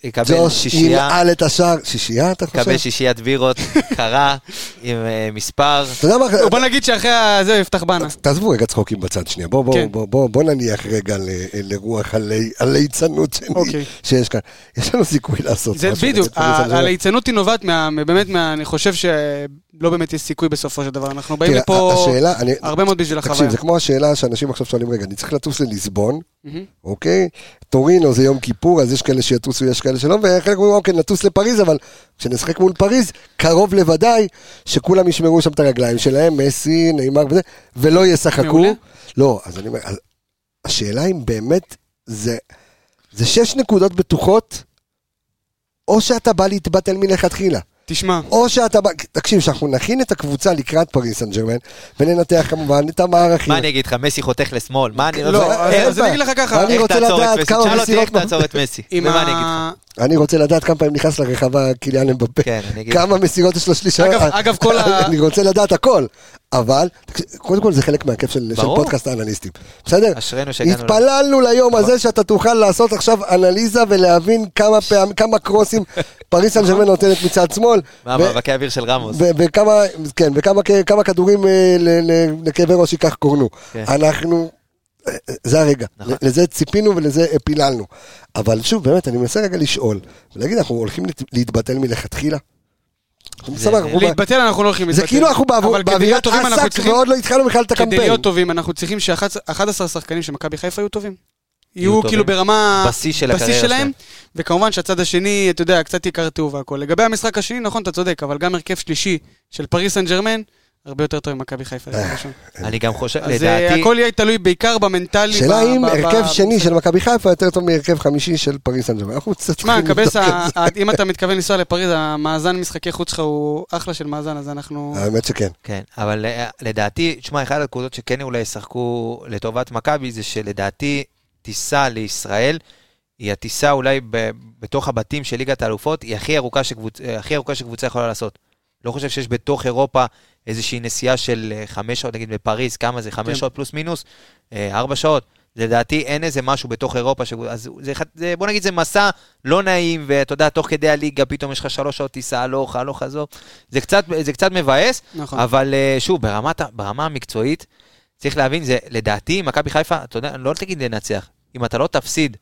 יקבל ג'וש שישייה, ינעל את השער. שישייה, אתה חושב? יקבל שישיית בירות, קרה, עם אה, מספר. אתה יודע מה? בוא נגיד שאחרי ה- זה הוא יפתח בנה. תעזבו רגע צחוקים בצד שנייה, בואו בוא, כן. בוא, בוא, בוא נניח רגע ל- לרוח הלי- הליצנות שלי אוקיי. שיש כאן. יש לנו סיכוי לעשות זה משהו. בדיוק, לצאת פה מזה, ה- זה לא- הליצנות היא נובעת מה- באמת מה... אני חושב שלא באמת יש סיכוי בסופו של דבר. אנחנו באים תראה, לפה השאלה, אני- הרבה מאוד בשביל החוויה. תקשיב, זה כמו השאלה שאנשים עכשיו שואלים, רגע, אני צריך לטוס לליסבון, מהמם. אוקיי? טורינו זה יום כיפור, אז יש כאלה שיטוסו, יש כאלה שלא, וחלק אומרים, אוקיי, נטוס לפריז, אבל כשנשחק מול פריז, קרוב לוודאי שכולם ישמרו שם את הרגליים שלהם, מסי, נאמר וזה, ולא ישחקו. מעולה. לא, אז אני אומר, אז השאלה אם באמת זה, זה שש נקודות בטוחות, או שאתה בא להתבטל מלכתחילה. תשמע, או שאתה... בא- תקשיב, שאנחנו נכין את הקבוצה לקראת פריס סן ג'רמן, וננתח כמובן את המערכים. מה אני אגיד לך, מסי חותך לשמאל, מה אני... כאילו- לא, איך- אין אז אני בעיה. אגיד לך ככה, אני איך רוצה תעצור את לדעת מסי? כמה תשאל אותי מסירות איך תעצור את מסי, עם ומה אני אגיד לך? ה... אני רוצה לדעת כמה פעמים נכנס לרחבה קיליאן אמבפה. כן, אני אגיד כמה מסירות יש לו שליש. אגב- אה, אגב, כל ה- אני רוצה לדעת הכל. אבל, תקשיב, קודם כל זה חלק מהכיף של של ברור. פודקאסט האנליסטים. בסדר? אשרינו שהגענו... נכון. ל- התפללנו ליום הזה שאתה תוכל לעשות עכשיו אנליזה ולהבין כמה פעמים, כמה קרוסים פריס סן ג'רמן נותנת מצד שמאל. מה, ו- מאבקי אוויר של רמוס. ו- וכמה, כן, וכמה כ- כמה כדורים אה, ל- ל- לכאבי ראש ייקח קורנו. כן. אנחנו, אה, אה, זה הרגע. נכון. ל- לזה ציפינו ולזה אה, פיללנו. אבל שוב, באמת, אני מנסה רגע לשאול, ולהגיד, אנחנו הולכים לת- להתבטל מלכתחילה? אתם בסדר, אנחנו ב- להתבטל אנחנו לא הולכים להתבטל. זה כאילו אנחנו בעבור- אבל כדי להיות באווירת טובים אנחנו עסק צריכים- ועוד לא התחלנו בכלל את כדי הקמפיין. להיות טובים אנחנו צריכים ש-11 שחקנים של מכבי חיפה יהיו טובים. יהיו טובים. כאילו ברמה... בשיא של בשיא הקריירה שלהם, וכמובן שהצד השני, אתה יודע, קצת יקרטעו והכול. לגבי המשחק השני, נכון, אתה צודק, אבל גם הרכב שלישי של פריס סן ג'רמן, הרבה יותר טוב ממכבי חיפה. אה. הרכב ראשון. אני גם חושב, אז אה, לדעתי... הכל יהיה תלוי בעיקר במנטלי. שאלה ב- אם ב- ב- הרכב שני של מכבי חיפה יותר טוב מהרכב חמישי של פריס סן ג'רמן. אנחנו קצת תשמע, צריכים לבדוק קבס, את זה. אם אתה מתכוון לנסוע לפריז, המאזן משחקי חוץ שלך הוא אחלה של מאזן, אז אנחנו... האמת שכן. כן, אבל אה, לדעתי, תשמע, אחת הנקודות שכן אולי ישחקו לטובת מכבי, זה שלדעתי טיסה לישראל, היא הטיסה אולי ב, בתוך הבתים של ליגת האלופות, היא הכי ארוכה, שקבוצ, אה, הכי ארוכה שקבוצה יכולה לעשות. לא חושב שיש בתוך אירופה איזושהי נסיעה של אה, חמש שעות, נגיד בפריז, כמה זה? חמש כן. שעות פלוס מינוס? אה, ארבע שעות. לדעתי אין איזה משהו בתוך אירופה, ש... אז זה, אחד- זה, בוא נגיד זה מסע לא נעים, ואתה יודע, תוך כדי הליגה פתאום יש לך שלוש שעות טיסה הלוך, הלוך, חזור. זה קצת, זה קצת מבאס, נכון. אבל אה, שוב, ברמת, ה- ברמה המקצועית, צריך להבין, זה לדעתי, מכבי חיפה, אתה יודע, לא תגיד לנצח. אם אתה לא תפסיד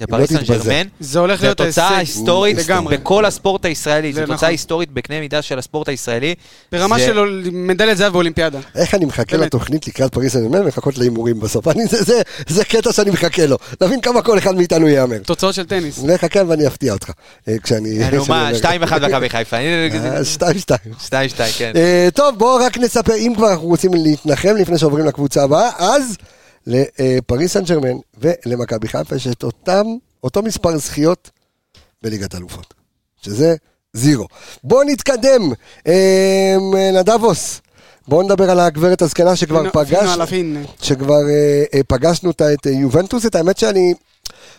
לפריס סן לא תתבזה. ג'רמן, זה הולך זו להיות תוצאה ההישג. היסטורית לגמרי. בכל הספורט הישראלי, זה זו נכון. תוצאה היסטורית בקנה מידה של הספורט הישראלי. ברמה זה- של אול- מדליית זהב באולימפיאדה. איך אני מחכה באמת. לתוכנית לקראת פריס סן ג'רמן ולחכות להימורים בסוף. אני- זה- זה- זה קטע שאני מחכה לו. להבין כמה כל אחד מאיתנו יהמר. תוצאות של טניס. נחכה ואני אפתיע אותך. אה, כשאני... נו כשאני מה, אומר. 2-1 מכבי חיפה. אה, שתיים, שתיים. 2-2, כן. אה, טוב, בואו רק נספר, אם כבר אנחנו רוצים להתנחם לפני שעוברים לקבוצה הבאה, אז לפריס סן ג'רמן ולמכבי חיפה יש את אותם, אותו מספר זכיות בליגת אלופות, שזה זירו. בואו נתקדם, אה, נדבוס, בואו נדבר על הגברת הזקנה שכבר פינו- פינו פגשנו. על הפין. שכבר אה, אה, פגשנו אותה, את אה, יובנטוס, את האמת שאני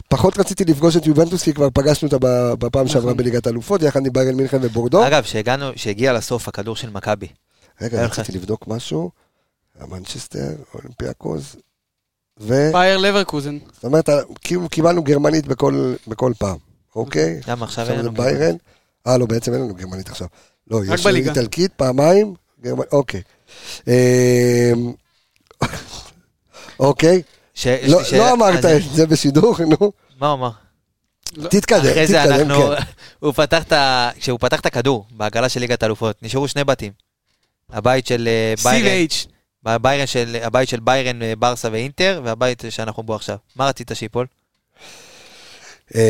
פחות רציתי לפגוש את יובנטוס, כי כבר פגשנו אותה ב- בפעם שעברה בליגת האלופות, יחד עם ביירן מינכן ובורדו. אגב, שהגענו, שהגיע לסוף הכדור של מכבי. רגע, היה רציתי לך- לבדוק משהו, המנצ'סטר, אולימפיאקוז, ו... פייר לברקוזן. זאת אומרת, כאילו קיבלנו גרמנית בכל בכל פעם, אוקיי? למה עכשיו עכשיו אין זה לנו... ביירן. אה, לא, בעצם אין לנו גרמנית עכשיו. לא, יש בליגה. איטלקית פעמיים, גרמנית, אוקיי. אמ, אוקיי. ש- יש לי לא, שאלה- לא אמרת אני- את זה בשידור, נו. מה הוא אמר? תתקדם, אחרי זה תתקדם, אנחנו... כן. הוא פתח את ה... כשהוא פתח את הכדור בעגלה של ליגת האלופות, נשארו שני בתים. הבית של אה, סי ביירן, ו-H. הביירן של- הבית של ביירן, אה, ברסה ואינטר, והבית שאנחנו בו עכשיו. מה רצית שיפול? אה,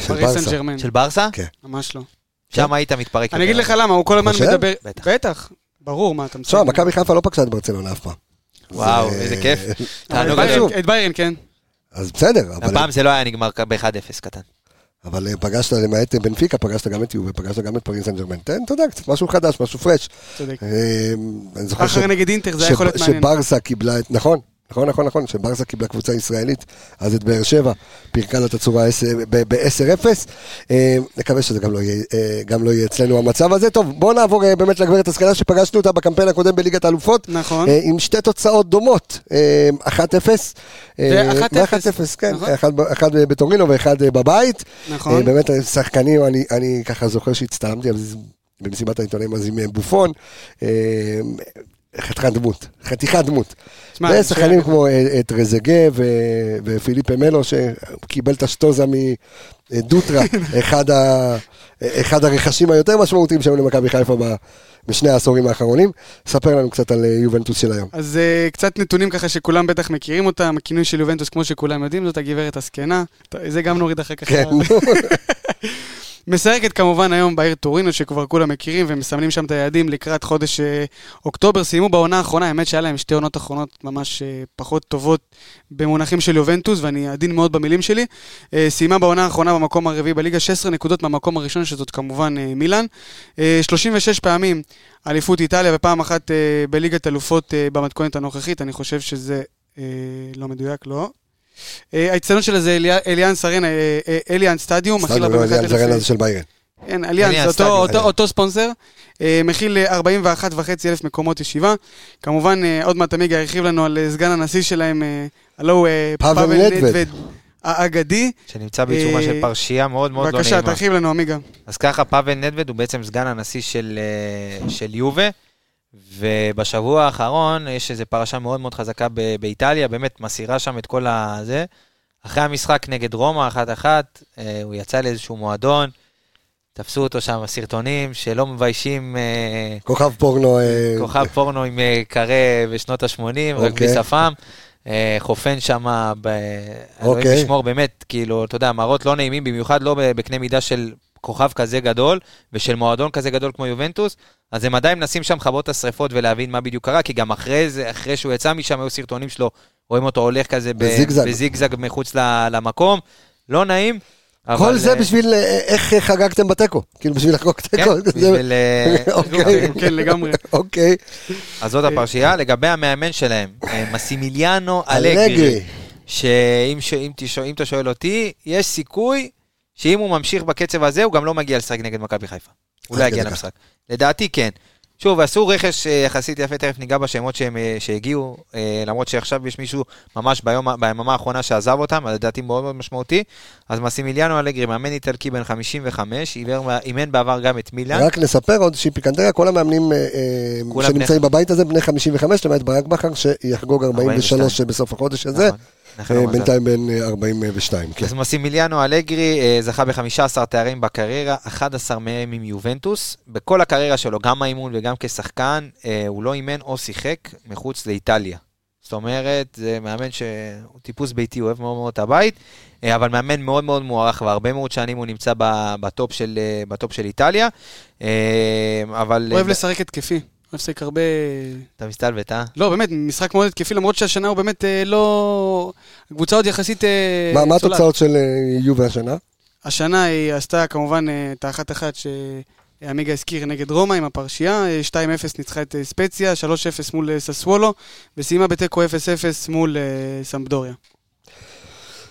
של פריס סן ברסה. ג'רמן. של ברסה? כן. ממש לא. שם היית מתפרק. אני יותר. אגיד לך למה, הוא כל הזמן חושב? מדבר... בטח. בטח. ברור, מה אתה מסתכל. תשמע, מכבי חיפה לא פגשה את ברצלונה אף פעם. וואו, זה- איזה כיף. תענוג ביירן- גדול. את ביירן, כן. אז בסדר, אה, אבל- הפעם זה לא היה נגמר ב-1-0 קטן. אבל אה, פגשת, למעט אה, בנפיקה, פגשת גם את יובה, פגשת גם את פריס סן ג'רמן. תן, אתה יודע, קצת משהו חדש, משהו פרש. צודק. אה, אני זוכר ש- בכר נגד אינטר זה ש- היה יכול להיות מעניין. שברסה קיבלה את, נכון, נכון, נכון, נכון, שברסה קיבלה קבוצה ישראלית, אז את באר שבע, פירקה לה את הצורה ב-10-0. אמ, נקווה שזה גם לא יהיה, אה, גם לא יהיה אצלנו המצב הזה. טוב, בואו נעבור אה, באמת לגברת השכלה שפגשנו אותה בקמפיין הקודם בליגת האלופות. נכון. אה, עם שתי תוצאות דומות, אה, 1-0. אה, ו- 1-0, ו-1-0, כן, נכון. אחד ב- אחד בטורינו ואחד אה, בבית. נכון. אה, באמת, שחקנים, אני, אני ככה זוכר שהצטלמתי על זה במסיבת העיתונאים אז עם אה, בופון. אה, חתיכת דמות, חתיכת דמות. תשמע, ושחקנים ש- כמו אה, אה, טרזגה ו- ופיליפה מלו, שקיבל את השטוזה מדוטרה, אחד, ה- אה, אחד הרכשים היותר משמעותיים שהיו למכבי חיפה ב- בשני העשורים האחרונים. ספר לנו קצת על אה, יובנטוס של היום. אז אה, קצת נתונים ככה שכולם בטח מכירים אותם, הכינוי של יובנטוס, כמו שכולם יודעים, זאת הגברת הזקנה. ט- זה גם נוריד אחר כך. כן, נו. משחקת כמובן היום בעיר טורינו, שכבר כולם מכירים, ומסמנים שם את היעדים לקראת חודש אה, אוקטובר. סיימו בעונה האחרונה, האמת שהיה להם שתי עונות אחרונות ממש אה, פחות טובות במונחים של יובנטוס, ואני עדין מאוד במילים שלי. אה, סיימה בעונה האחרונה במקום הרביעי בליגה, 16 נקודות מהמקום הראשון, שזאת כמובן אה, מילאן. אה, 36 פעמים אליפות איטליה, ופעם אחת אה, בליגת אלופות אה, במתכונת הנוכחית, אני חושב שזה אה, לא מדויק, לא. אה, האצטדיון שלה זה אליה- אליאנס ארנה, אה, אה, אליאנס סטדיום, מכיל סתם, לא, 41,000, אליאנס ארנה זה של ביירן. כן, אליאנס, אליאנס, אותו, סטדיום, אותו, אליאנס. אותו ספונסר, אה, מכיל 41 וחצי אלף מקומות ישיבה. כמובן, אה, עוד מעט עמיגה הרחיב לנו על אה, סגן הנשיא שלהם, אה, הלו הוא אה, פאבל נדווד. האגדי. שנמצא בעיצומה אה, של פרשייה מאוד מאוד לא בבקשה, נעימה. תרחיב לנו עמיגה. אז ככה, פאבל נדווד הוא בעצם סגן הנשיא של, אה, של יובה, ובשבוע האחרון יש איזו פרשה מאוד מאוד חזקה ב- באיטליה, באמת מסירה שם את כל הזה. אחרי המשחק נגד רומא, אחת-אחת, אה, הוא יצא לאיזשהו מועדון, תפסו אותו שם סרטונים שלא מביישים אה, כוכב פורנו. אה, כוכב פורנו עם אה, קרה בשנות ה-80, רק אוקיי. בלי שפם. אה, חופן שם, ב... אלוהים אוקיי. ישמור באמת, כאילו, אתה יודע, מראות לא נעימים, במיוחד לא ב- בקנה מידה של כוכב כזה גדול, ושל מועדון כזה גדול כמו יובנטוס, אז הם עדיין מנסים שם לכבות את השרפות ולהבין מה בדיוק קרה, כי גם אחרי זה, אחרי שהוא יצא משם, היו סרטונים שלו, רואים אותו הולך כזה ב- בזיגזג. בזיגזג מחוץ ל- למקום, לא נעים. כל אבל, זה אה, בשביל אה, איך חגגתם בתיקו, כאילו בשביל לחגוג כן, תיקו. זה- בשביל... אה, אוקיי. כן, לגמרי. אוקיי, אז זאת הפרשייה. לגבי המאמן שלהם, אה, מסימיליאנו אלגרי, אלגרי. שאם ש- אם תש- אם אתה שואל אותי, יש סיכוי שאם הוא ממשיך בקצב הזה, הוא גם לא מגיע לשחק נגד מכבי חיפה. הוא לא עד יגיע כדי כך. למשחק. לדעתי כן. שוב, עשו רכש אה, יחסית יפה, תכף ניגע בשמות שהם, אה, שהגיעו, אה, למרות שעכשיו יש מישהו ממש ביום, ה- ביממה האחרונה שעזב אותם, אז לדעתי מאוד מאוד משמעותי. אז מסימיליאנו אלגרי, מאמן איטלקי בן 55, עיוור- אימן בעבר גם את מילאן. רק נספר עוד שפיקנדריה, כל המאמנים אה, אה, כולם שנמצאים בבית הזה בני 55, למעט ברק בכר, שיחגוג 43 42. בסוף החודש הזה, נכון, נכון, אה, המזל. בינתיים בן אה, 42. כן. אז מסימיליאנו אלגרי אה, זכה ב-15 תארים בקריירה, 11 מהם עם יובנטוס. בכל הקריירה שלו, גם האימון וגם כשחקן, אה, הוא לא אימן או שיחק מחוץ לאיטליה. זאת אומרת, זה מאמן שהוא טיפוס ביתי, הוא אוהב מאוד מאוד את הבית, אה, אבל מאמן מאוד מאוד מוערך, והרבה מאוד שנים הוא נמצא ב- בטופ של, אה, בטופ של איטליה. אה, אבל... אוהב לשחק התקפי. אוהב לשחק הרבה... אתה מסתלבט, אה? לא, באמת, משחק מאוד התקפי, למרות שהשנה הוא באמת אה, לא... הקבוצה עוד יחסית אה, מה מה צולעת. התוצאות של אה, יובה השנה? השנה היא עשתה כמובן אה, את האחת-אחת שעמיגה הזכיר נגד רומא עם הפרשייה, אה, 2-0 ניצחה את אה, ספציה, 3-0 מול אה, ססוולו, וסיימה בתיקו 0-0 מול אה, סמפדוריה.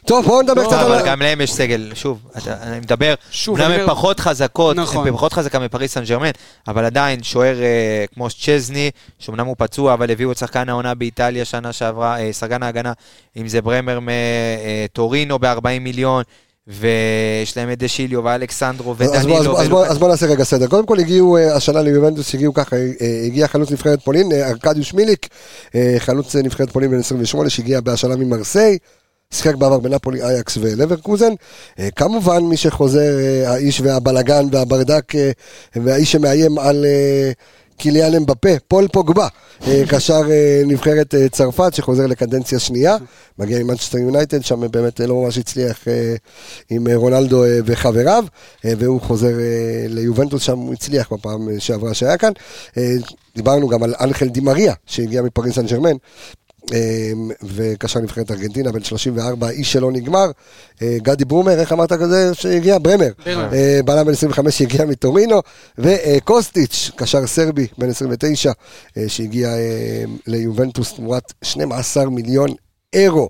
טוב, בואו נדבר לא, קצת אבל על... ה- גם להם יש סגל, שוב, אתה- אני מדבר, שוב, אומנם אני הן אומר- פחות חזקות, נכון. הן פחות חזקה מפריס סן ג'רמן, אבל עדיין שוער אה, כמו צ'זני, שאומנם הוא פצוע, אבל הביאו את שחקן העונה באיטליה שנה שעברה, אה, שחקן ההגנה, אם זה ברמר מטורינו ב-40 מיליון, ויש להם את דשיליו ואלכסנדרו אז- אז בוא- אז ודנילו. בוא- אז בוא- ולוקאס. אז בואו נעשה רגע סדר. קודם כל הגיעו אה, השנה ליובנטוס, הגיעו ככה, אה, הגיע חלוץ נבחרת פולין, אה, ארקדיוש מיליק, אה, חלוץ אה, נבחרת פולין בן 28, שהגיע בהשאלה ממרסיי, שיחק בעבר בנפולי, אייקס ולברקוזן. אה, כמובן, מי שחוזר, אה, האיש והבלגן והברדק, אה, והאיש שמאיים על... אה, קיליאן אמבפה, פול פוגבה, אה, קשר אה, נבחרת אה, צרפת שחוזר לקדנציה שנייה, מגיע ממנצ'סטר יונייטד, שם באמת אה, לא ממש הצליח אה, עם אה, רונלדו אה, וחבריו, אה, והוא חוזר אה, ליובנטוס, שם הוא הצליח בפעם אה, שעברה שהיה כאן. אה, דיברנו גם על אנחל דימריה, שהגיע מפריס סן ג'רמן. אה, וקשר נבחרת ארגנטינה, בן 34, איש שלא נגמר. אה, גדי ברומר, איך אמרת כזה שהגיע? ברמר. ברמר. אה, בלם בן 25 שהגיע מטורינו, וקוסטיץ', קשר סרבי בן 29, אה, שהגיע אה, ליובנטוס תמורת 12 מיליון אירו.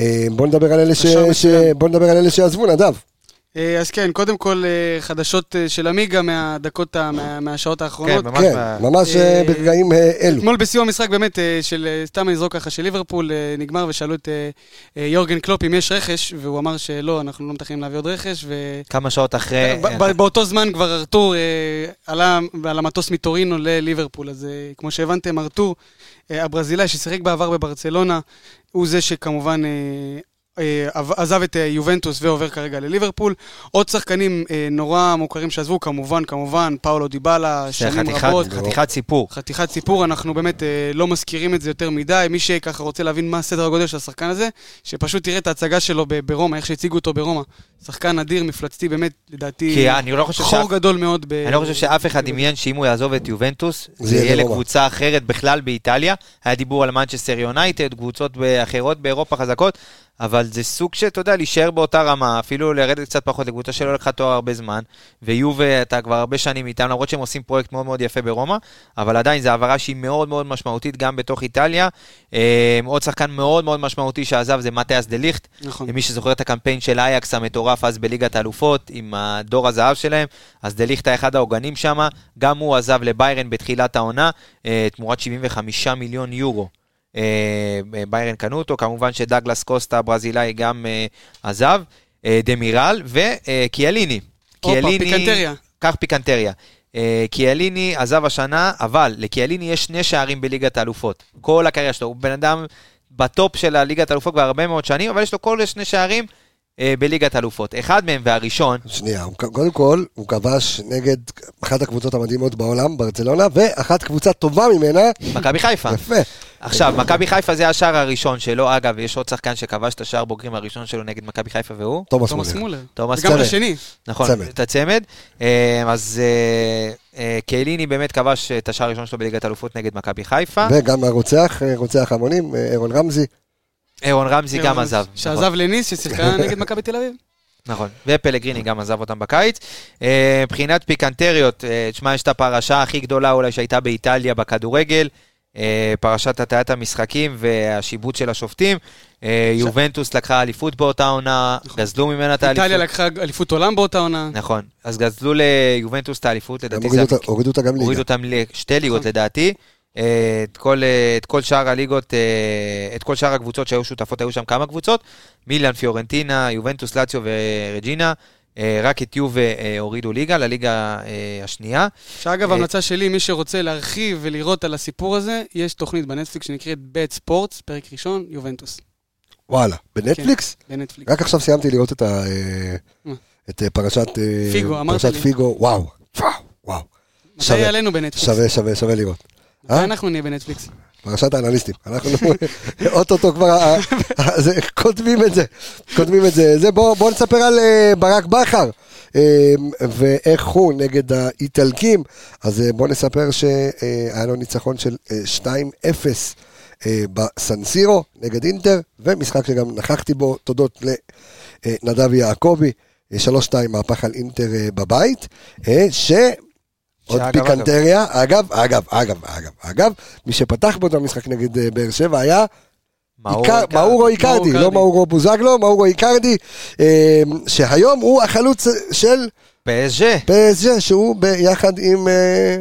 אה, בוא נדבר על אלה, ש... קשר ש... מצוין. בוא נדבר על אלה שעזבו, נדב. אה, אז כן, קודם כל אה, חדשות אה, של עמיגה מהדקות, ה- מה- מהשעות האחרונות. כן, ממש. כן, מה- ממש אה, אה, ברגעים אה, אלו. אתמול בסיום המשחק באמת, אה, של, אה, סתם אני אזרוק ככה, של ליברפול אה, נגמר ושאלו את אה, אה, יורגן קלופ אם יש רכש, והוא אמר שלא, אנחנו לא מתכננים להביא עוד רכש, ו... כמה שעות אחרי... אה, ב- ב- באותו זמן כבר ארתור אה, עלה על המטוס מטורינו לליברפול, אז אה, כמו שהבנתם, ארתור אה, הברזילאי ששיחק בעבר בברצלונה, הוא זה שכמובן אה, אה, עב- עזב את אה, יובנטוס ועובר כרגע לליברפול. עוד שחקנים אה, נורא מוכרים שעזבו, כמובן, כמובן, פאולו דיבאלה, זה שנים חתיכת- רבות. חתיכת סיפור. חתיכת סיפור, אנחנו באמת אה, לא מזכירים את זה יותר מדי. מי שככה רוצה להבין מה סדר הגודל של השחקן הזה, שפשוט תראה את ההצגה שלו ב- ברומא, איך שהציגו אותו ברומא. שחקן אדיר, מפלצתי, באמת, לדעתי, כי אני לא חושב שאף חור גדול מאוד. ב- אני לא חושב שאף אחד דמיין שאם הוא יעזוב את יובנטוס, זה זה יהיה יהיה ברומא. לקבוצה אחרת בכלל באיטליה. היה דיבור על מנצ'סטר יונייטד, קבוצות ב- אחרות באירופה חזקות, אבל זה סוג שאתה יודע, להישאר באותה רמה, אפילו לרדת קצת פחות לקבוצה שלא לקחה תואר הרבה זמן, ויובה, אתה כבר הרבה שנים איתם, למרות שהם עושים פרויקט מאוד מאוד יפה ברומא, אבל עדיין זו העברה שהיא מאוד מאוד משמעותית גם בתוך איטליה. אה, עוד שחקן מאוד מאוד משמעותי שעזב זה מתיאס דה ליכט, נכון. למי שזוכר את הקמפיין של אייקס המטורף אז בליגת האלופות, עם הדור הזהב שלהם, אז דליכט היה אחד העוגנים שם, גם הוא עזב לביירן בתחילת העונה, אה, תמורת 75 מיליון יורו. אה, אה, ביירן קנו אותו, כמובן שדגלס קוסטה הברזילאי גם אה, עזב, אה, דמירל וקיאליני. הופה, פיקנטריה. קח פיקנטריה. אה, קיאליני עזב השנה, אבל לקיאליני יש שני שערים בליגת האלופות. כל הקריירה שלו, הוא בן אדם בטופ של הליגת האלופות כבר הרבה מאוד שנים, אבל יש לו כל שני שערים אה, בליגת האלופות. אחד מהם והראשון, שנייה, הוא- קודם כל, הוא כבש נגד אחת הקבוצות המדהימות בעולם, ברצלונה, ואחת קבוצה טובה ממנה, מכבי חיפה. יפה. עכשיו, מכבי חיפה זה השער הראשון שלו. אגב, יש עוד שחקן שכבש את השער בוגרים הראשון שלו נגד מכבי חיפה והוא. תומאס תומאס מולר. מולר. תומאס וגם מולר. השני. נכון, צמד. את הצמד. אה, אז אה, אה, קהליני באמת כבש את השער הראשון שלו בליגת האלופות נגד מכבי חיפה. וגם הרוצח, אה, רוצח המונים, אה, אירון רמזי. אהרון רמזי גם עזב. כן, שעזב לניס, ששיחקה נגד מכבי תל אביב. נכון, ופלגריני גם עזב אותם בקיץ. אה, מבחינת פיקנטריות, אה, תשמע, יש את הפרשה הכי גדולה אולי שהייתה באיטליה בכדורגל, אה, פרשת הטיית המשחקים והשיבוט של השופטים. אה, יובנטוס לקחה אליפות באותה עונה, גזלו ממנה את האליפות. איטליה לקחה אליפות עולם באותה עונה. נכון, אז גזלו ליובנטוס את האליפות, הם לדעתי הורידו זה... אותה- הורידו אותה גם הורידו ליגה. אותם לשתי ליגות לדעתי. אה, את כל, אה, את כל שאר הליגות, אה, את כל שאר הקבוצות שהיו שותפות, היו שם כמה קבוצות, מילאן, פיורנטינה, יובנטוס, לאציו ורג'ינה, אה, רק את יובה אה, הורידו ליגה, לליגה אה, השנייה. שאגב, אה, המלצה שלי, מי שרוצה להרחיב ולראות על הסיפור הזה, יש תוכנית בנטפליקס שנקראת בית ספורטס, פרק ראשון, יובנטוס, כן, וואלה, בנטפליקס? בנטפליקס. רק עכשיו סיימתי לראות את ה... אה, מה? את אה, פרשת... אה, פיגו, אמרת פרשת לי. פיגו, וואו, וואו, וואו. מתי שווה. יעלינו בנטפליקס? שווה, שווה, שווה לראות. אה? מתי אנחנו נהיה בנטפליקס? פרשת האנליסטים, אנחנו אוטוטו כבר, אה, אה, זה- כותבים את זה, כותבים את זה. זה בואו בוא נספר על אה, ברק בכר אה, ואיך הוא נגד האיטלקים. אז אה, בואו נספר שהיה לו ניצחון של אה, 2-0. אה, בסנסירו נגד אינטר, ומשחק שגם נכחתי בו, תודות לנדב אה, יעקבי, אה, 3-2 מהפך על אינטר אה, בבית, אה, ש... עוד שאגב, פיקנטריה, אגב, אגב, אגב, אגב, אגב, מי שפתח בו את המשחק נגד אה, באר שבע היה איקר- איקרדי. מאורו איקרדי, מאורו לא איקרדי. מאורו בוזגלו, מאורו איקרדי, אה, שהיום הוא החלוץ אה, של PSG. PSG, שהוא ביחד עם אה,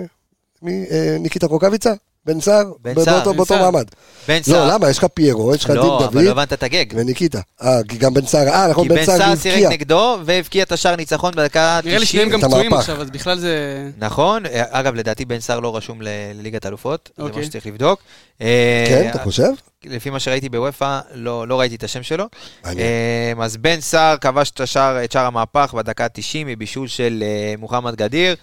מי, אה, ניקיטה רוקאביצה, בן סער, בן באותו- סער, בן באותו סער. מעמד. בן סער. לא, למה? יש לך פיירו, יש לך דין לא, אבל לא דוד הבנת את הגג. וניקיטה. אה, כי גם בן סער, אה, נכון, כי בן סער הבקיע. שיחק נגדו והבקיע את השער ניצחון בדקה נראה לי 90. שניהם גם את המהפך. פצועים עכשיו, אז בכלל זה... נכון, אה, אגב לדעתי בן סער לא רשום ל- לליגת אלופות, זה אוקיי. מה שצריך לבדוק. אה, כן, אתה חושב? לפי מה שראיתי בוופא, לא, לא ראיתי את השם שלו. מעניין. אמ, אז בן סער כבש את השער, את שער המהפך בדקה ה-90 מבישול של אה, מוחמד גדיר.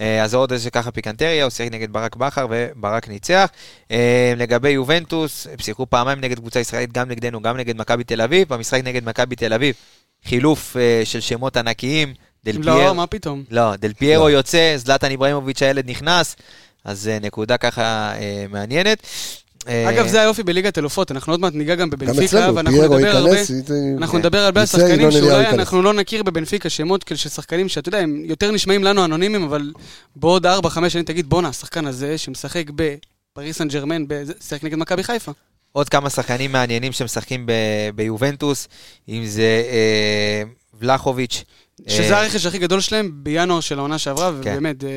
אה, אז זה עוד איזה ככה פיקנטריה, הוא שיחק נגד ברק בכר וברק ניצח. אה, לגבי יובנטוס, הם שיחקו פעמיים נגד קבוצה ישראלית, גם נגדנו, גם נגד מכבי תל אביב. במשחק נגד מכבי תל אביב, חילוף אה, של שמות ענקיים, דל פיירו. לא, מה פתאום. לא, דל פיירו יוצא, זלטן איברהימוביץ' הילד נכנס, אז אה, נקודה ככה אה, מעניינת. אה, אגב, זה היופי בליגת אלופות, אנחנו עוד מעט ניגע גם גם בבנפיקה, אצלנו, ואנחנו פיירו נדבר הרבה... ייכנס. היא- אה, אנחנו היא- נדבר על הרבה יצא, שחקנים ינון אליהו שאולי ייכנס. אנחנו לא נכיר בבנפיקה שמות כאלה של שחקנים שאתה יודע, הם יותר נשמעים לנו אנונימיים, אבל בעוד 4-5 שנים תגיד, בואנה, השחקן הזה שמשחק בפריס סן ג'רמן, בזה- שיחק נגד מכבי חיפה. אה. עוד כמה שחקנים מעניינים שמשחקים ב- ביובנטוס, אם זה אה, ולחוביץ'. שזה אה, הרכש הכי גדול שלהם בינואר של העונה שעברה, כן. ובאמת, אה,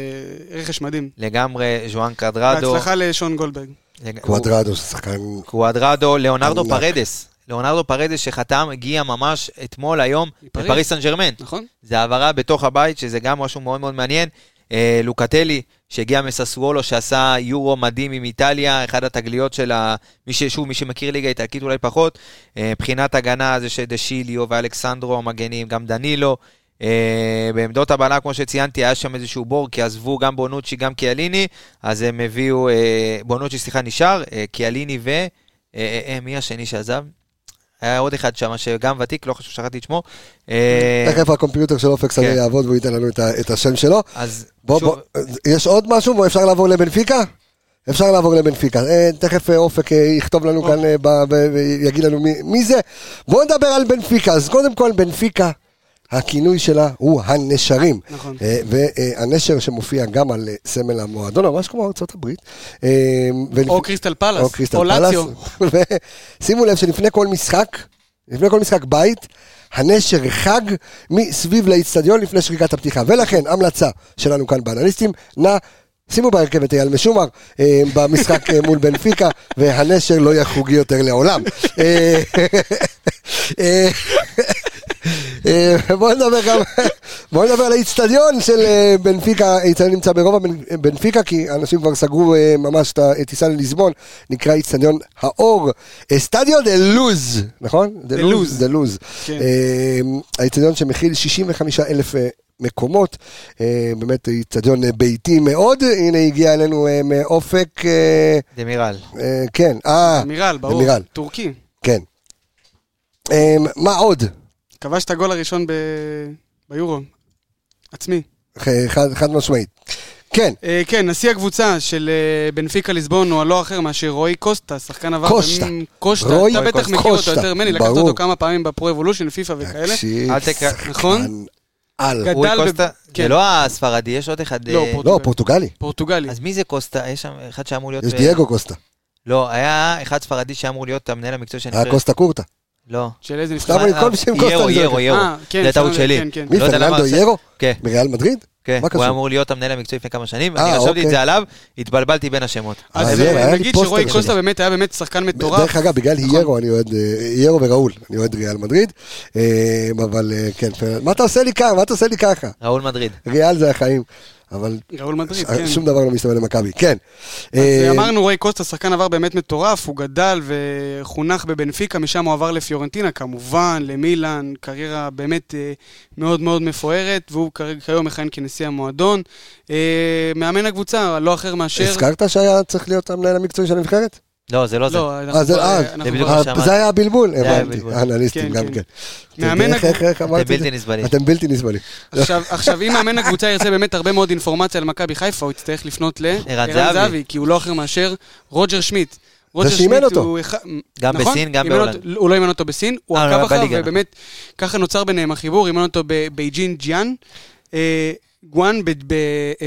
רכש מדהים. לגמרי, ז'ואן קרדרדו. בהצלחה לשון גולדברג. לג- קוואדרדו, שחקן... הוא- קוואדרדו, ליאונרדו ענק. פרדס. ליאונרדו פרדס שחתם, הגיע ממש אתמול, היום, מפריז. לפריס סן ג'רמן. נכון? זה העברה בתוך הבית, שזה גם משהו מאוד מאוד מעניין. אה, לוקטלי, שהגיע מססוולו, שעשה יורו מדהים עם איטליה, אחד התגליות של ה... מי ש... שוב, מי שמכיר ליגה איטלקית אולי פחות. אה, מבחינת הגנה זה שדשיליו ואלכסנדרו המגנים, גם דנילו. אה, בעמדות הבנה, כמו שציינתי, היה שם איזשהו בור, כי עזבו גם בונוצ'י, גם קיאליני, אז הם הביאו... אה, בונוצ'י, סליחה, נשאר, אה, קיאליני ו... אה, אה, אה, מי השני שעזב? היה עוד אחד שם, שגם ותיק, לא חשוב, שכחתי את שמו. אה, תכף הקומפיוטר של אופק שדה כן. יעבוד והוא ייתן לנו את ה- את השם שלו. אז בוא, שוב, בוא, יש עוד משהו? בוא, אפשר לעבור לבנפיקה? אפשר לעבור לבנפיקה. אה, תכף אה, אופק אה, יכתוב לנו כאן אה, ב- ב- ויגיד לנו מי- מי זה. בואו נדבר על בנפיקה. אז קודם כל, בנפיקה, הכינוי שלה הוא הנשרים. נכון. אה, והנשר שמופיע גם על אה, סמל המועדון, ממש כמו ארצות הברית. אה, ונפ- או קריסטל פלאס. או קריסטל או פלאס. לאציו. ושימו לב שלפני כל משחק, לפני כל משחק בית, הנשר חג מסביב לאיצטדיון לפני שריקת הפתיחה. ולכן, המלצה שלנו כאן באנליסטים, נא... שימו בהרכב את אייל משומר אה, במשחק אה, מול בנפיקה, והנשר לא יחוגי יותר לעולם. אה, אה, אה, בואו נדבר גם, בואו נדבר על האיצטדיון של אה, בנפיקה, האיצטדיון נמצא ברובע בנ- בנפיקה, כי אנשים כבר סגרו אה, ממש את הטיסה לליסבון, נקרא איצטדיון האור, אסטדיו דה לוז, נכון? דה לוז. דה לוז. כן. אה, האיצטדיון שמכיל 65 אלף מקומות, אה, באמת איצטדיון אה, ביתי מאוד, הנה הגיע אלינו אה, מאופק, אה, דמירל. אה, כן, אה, אמירל, ברור. אמירל. טורקי. כן. אה, מה עוד? כבש את הגול הראשון ב... ביורו. עצמי. ח- חד- חד משמעית. כן. אה, כן, נשיא הקבוצה של אה, בנפיקה ליסבון הוא הלא אחר מאשר רועי קוסטה, שחקן עבר... קושטה. במ- קושטה. רועי אתה בטח קוסטה. מכיר אותו קושטה, יותר ממני, לקחת ברור. אותו כמה פעמים בפרו אבולושן, פיפא וכאלה. תקשיב, אל תקרא- שחקן נכון? על. גדל אורי ב- קוסטה, כן. זה לא הספרדי, יש עוד אחד. לא, אה, פורטוגלי. לא, פורטוגלי. פורטוגלי. כן. אז מי זה קוסטה? יש שם אחד שאמור להיות... יש ב- דייגו קוסטה. לא, היה אחד ספרדי שהיה אמור להיות המנהל המקצועי כן. שאני היה אה, קוסטה קורטה. לא. של איזה סתם נבחרת? אני כל שם קוסטה. ירו, אני זורק. ירו, ירו. אה, כן, זה טעות שם- שלי. כן, כן. מי, לא יודע למה פרננדו עשה- ירו? כן, מריאל מדריד? כן. מה הוא קשור? היה אמור להיות המנהל המקצועי לפני כמה שנים, אה, אני רשמתי אוקיי. אה. את זה עליו, התבלבלתי בין השמות. אז אז יאללה, היה לי נגיד פוסטר שרועי שלי. קוסטה באמת היה באמת שחקן מטורף. נכון. דרך אגב, בגלל ירו אני אוהד, אה, ירו וראול, אני אוהד ריאל מדריד. אה, אבל אה, כן, פרננדו- מה אתה עושה לי ככה? מה אתה עושה לי ככה? ראול מדריד. ריאל זה החיים. אבל ראול מדריד, ש- כן. שום דבר לא מסתמן למכבי, כן. אז אה, אמרנו, רועי קוסטה, שחקן עבר באמת מטורף, הוא גדל וחונך בבנפיקה, משם הוא עבר לפיורנטינה, כמובן, למילאן, קריירה באמת אה, מאוד מאוד מפוארת, והוא כרגע כיום מכהן כנשיא המועדון. אה, מאמן הקבוצה, לא אחר מאשר... הזכרת שהיה צריך להיות המנהל המקצועי של הנבחרת? לא, זה לא זה. לא, אה, אנחנו זה- כבר- אה, אנחנו זה בדיוק כבר- מה אה, שאמרתי. זה היה הבלבול, היה הבנתי. הבלבול. אנליסטים כן, גם כן. כן. מאמן מאמן... איך הקבוצה- איך אתם אמרתי? את זה? בלתי נסבלים. אתם בלתי נסבלים. עכשיו, עכשיו, אם מאמן הקבוצה ירצה באמת הרבה מאוד אינפורמציה על מכבי חיפה, הוא יצטרך לפנות ערן לערן זהבי. זהבי, כי הוא לא אחר מאשר רוג'ר שמיט. רוג'ר שאימן שמיט אותו. הוא אחד- גם נכון? בסין, גם אימן בהולנד. אותו- הוא לא אימן אותו בסין, הוא אה, עקב לא, אחריו, בליגה, נכון. ובאמת, ככה נוצר ביניהם החיבור, אימן אותו בבייג'ין ג'יאן, אה, גואן אה,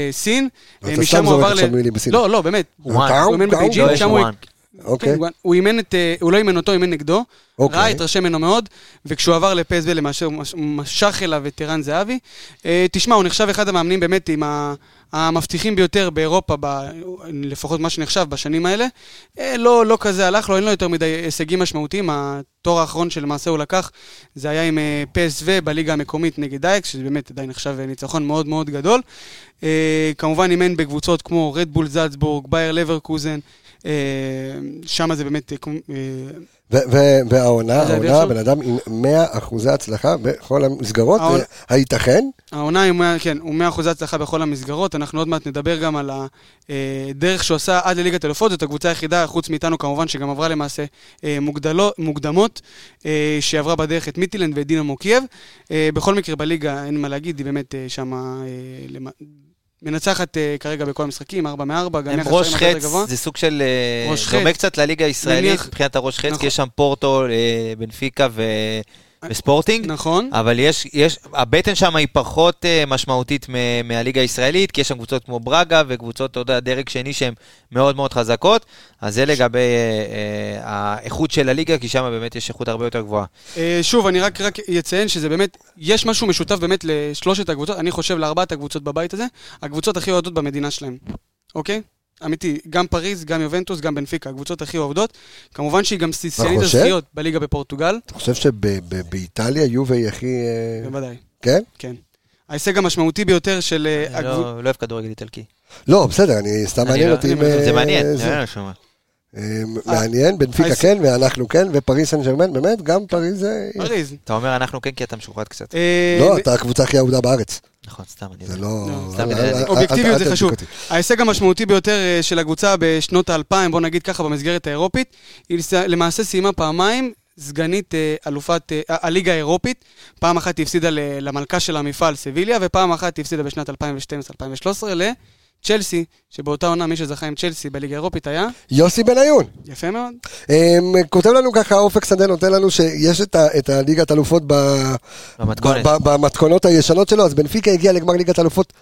בסין, אתה סתם זורק עכשיו מילים בסין. לא, לא, באמת. וואן. טאו, הוא אימן טאו, בבייג'ין, לא, יש שם הוא... וואן. אוקיי. כן, גואן. הוא אימן את... אה, הוא לא אימן אותו, אימן נגדו. אוקיי. ראה, התרשם ממנו מאוד, וכשהוא עבר לפסב למעשה הוא מש- משך אליו את ערן זהבי. אה, תשמע, הוא נחשב אחד המאמנים באמת עם ה- המבטיחים ביותר באירופה, ב- לפחות מה שנחשב בשנים האלה. אה, לא, לא כזה הלך לו, אין לו יותר מדי הישגים משמעותיים. התואר האחרון שלמעשה הוא לקח, זה היה עם אה, PSV בליגה המקומית נגד אייקס, שזה באמת עדיין נחשב אה, ניצחון מאוד מאוד גדול. אה, כמובן אימן בקבוצות כמו רדבול זלצבורג, בייר לברקוזן, אה, שם זה באמת... אה, כמו- אה, ו- ו- והעונה, אז להעביר העונה, עכשיו? בן אדם עם 100 אחוזי הצלחה בכל המסגרות, העונה- אה, הייתכן? העונה היא, מאה- כן, הוא 100% הצלחה בכל המסגרות, אנחנו עוד מעט נדבר גם על הדרך שהוא עשה עד לליגת אלופות, זאת הקבוצה היחידה, חוץ מאיתנו כמובן, שגם עברה למעשה אה, מוגדלו, מוקדמות, אה, שעברה בדרך את מיטילנד ואת דינמו קייב. אה, בכל מקרה, בליגה אין מה להגיד, היא באמת אה, שמה... אה, למ- מנצחת אה, כרגע בכל המשחקים, 4 מ-4, גם הם יחס ראש שערים הרבה יותר חץ, גבוה. זה סוג של... אה, ראש דומה חץ. קצת לליגה הישראלית נניח- מבחינת הראש חץ, נכון. אה, כי יש שם פורטו, אה, בנפיקה ו- וספורטינג. נכון. אבל יש, יש, הבטן שם היא פחות אה, משמעותית מ- מהליגה הישראלית, כי יש שם קבוצות כמו ברגה וקבוצות, אתה יודע, דרג שני שהן מאוד מאוד חזקות, אז זה לגבי אה, אה, האיכות של הליגה, כי שם באמת יש איכות הרבה יותר גבוהה. אה, שוב, אני רק, רק אציין שזה באמת, יש משהו משותף באמת לשלושת הקבוצות, אני חושב לארבעת הקבוצות בבית הזה, הקבוצות הכי אוהדות במדינה שלהם, אוקיי? אמיתי, גם פריז, גם יובנטוס, גם בנפיקה, הקבוצות הכי אוהדות. כמובן שהיא גם סיסיינית חושב? כן. הזכיות בליגה בפורטוגל, אתה חושב שבאיטליה יובה היא הכי... אה, בוודאי, כן? כן. ההישג המשמעותי ביותר של... אה, אני הקבוצ- לא לא אוהב כדורגל איטלקי. לא, בסדר, אני סתם אני מעניין לא- אותי. אם, אני- זה אה, מעניין, זה- זה מעניין לשמוע. אה, מעניין, בנפיקה אז- כן, ואנחנו כן, ופריס סן ג'רמן, באמת, גם פריס זה... פריז. אתה אומר אנחנו כן, כי אתה משוחד קצת. אה, לא, אתה הקבוצה הכי אהודה בארץ. נכון, סתם, אני זה יודע. לא... לא, סתם אל- בגלל אל- זה. אל- אל- אובייקטיביות אל זה תדביק חשוב. אותי. ההישג המשמעותי ביותר אה, של הקבוצה בשנות האלפיים, בוא נגיד ככה, במסגרת האירופית, היא לס- למעשה סיימה פעמיים סגנית אה, אלופת אה, ה- הליגה האירופית. פעם אחת היא הפסידה ל- למלכה של המפעל, סביליה, ופעם אחת היא הפסידה בשנת 2012-2013 לצ'לסי, שבאותה עונה מי שזכה עם צ'לסי בליגה האירופית היה יוסי בניון. יפה מאוד. אמ, כותב לנו ככה, אופק שדה נותן לנו שיש את ה- את הליגת אלופות ב- במתכונת. ב- ב- במתכונות הישנות שלו, אז בנפיקה הגיע לגמר ליגת אלופות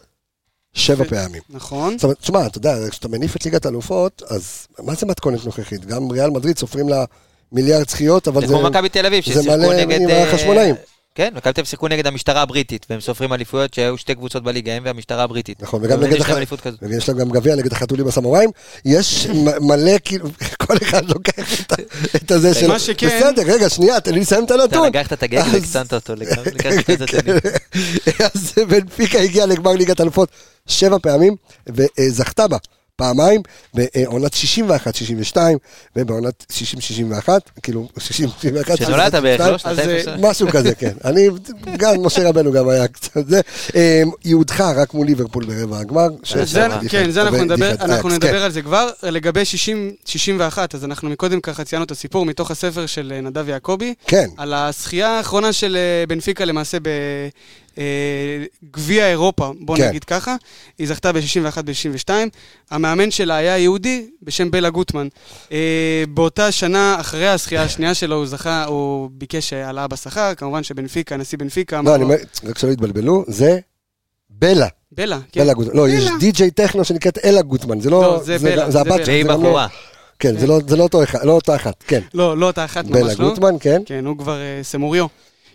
שבע ו- פעמים. נכון. זאת אומרת, תשמע, אתה יודע, כשאתה מניף את ליגת אלופות, אז מה זה מתכונת נוכחית? גם ריאל מדריד סופרים לה מיליארד זכיות, אבל זה זה... כמו מכבי תל אביב, זה ששיחקו מלא נגד... עם אה, החשמונאים. כן, מכבי תל אביב שיחקו נגד המשטרה הבריטית, והם סופרים אליפויות שהיו שתי קבוצות בליגה, הם והמשטרה הבריטית. נכון, וגם באמת נגד יש להם הח- אליפות כזו. ויש להם גם גביע נגד החתולים הסמוראים, יש מ- מלא, כאילו, כל אחד לוקח את ה- את הזה שלו. מה שכן- בסדר, רגע, שנייה, תן לי לסיים את אתה הנתון. לקחת את הגג אז- והקצנת אותו לגמרי. לקחת את זה, אני- כן. אז בנפיקה הגיעה לגמר ליגת אלופות שבע פעמים, וזכתה בה פעמיים, בעונת 61-62, ובעונת 60-61, כאילו 60-61. שנולדת באיך? אז, שנתיים, אה, שלוש? משהו כזה, כן. אני, גם משה רבנו גם היה קצת זה. אמ, היא הודחה רק מול ליברפול ברבע הגמר. ש- זה- שעברה. כן, זה אנחנו ו- נדבר, דיחת אנחנו אייקס, כן. נדבר על זה כבר. לגבי 60, 61, אז אנחנו מקודם ככה ציינו את הסיפור מתוך הספר של אה, נדב יעקבי, כן, על הזכייה האחרונה של אה, בנפיקה למעשה בגביע אירופה, בוא כן. כן. נגיד ככה. היא זכתה ב-61 ב-62. המאמן שלה היה יהודי בשם בלה גוטמן. אה, באותה שנה, אחרי הזכייה השנייה שלו, הוא זכה, הוא ביקש אה, העלאה בשכר, כמובן שבנפיקה, הנשיא בנפיקה לא, אמר אני לו, אומר, רק שלא יתבלבלו, זה בלה. בלה, כן. בלה גוטמן. לא, יש די-ג'יי טכנו שנקראת אלה גוטמן. זה לא, לא, זה זה בלה, זה זה הבת בלה. שלה. והיא זה גם לא- בחורה. כן, זה לא- זה לא אותו אחד, לא אותה אחת, כן. לא, לא אותה אחת, בלה ממש לא. גוטמן, כן. כן, הוא כבר אה, סמוריו.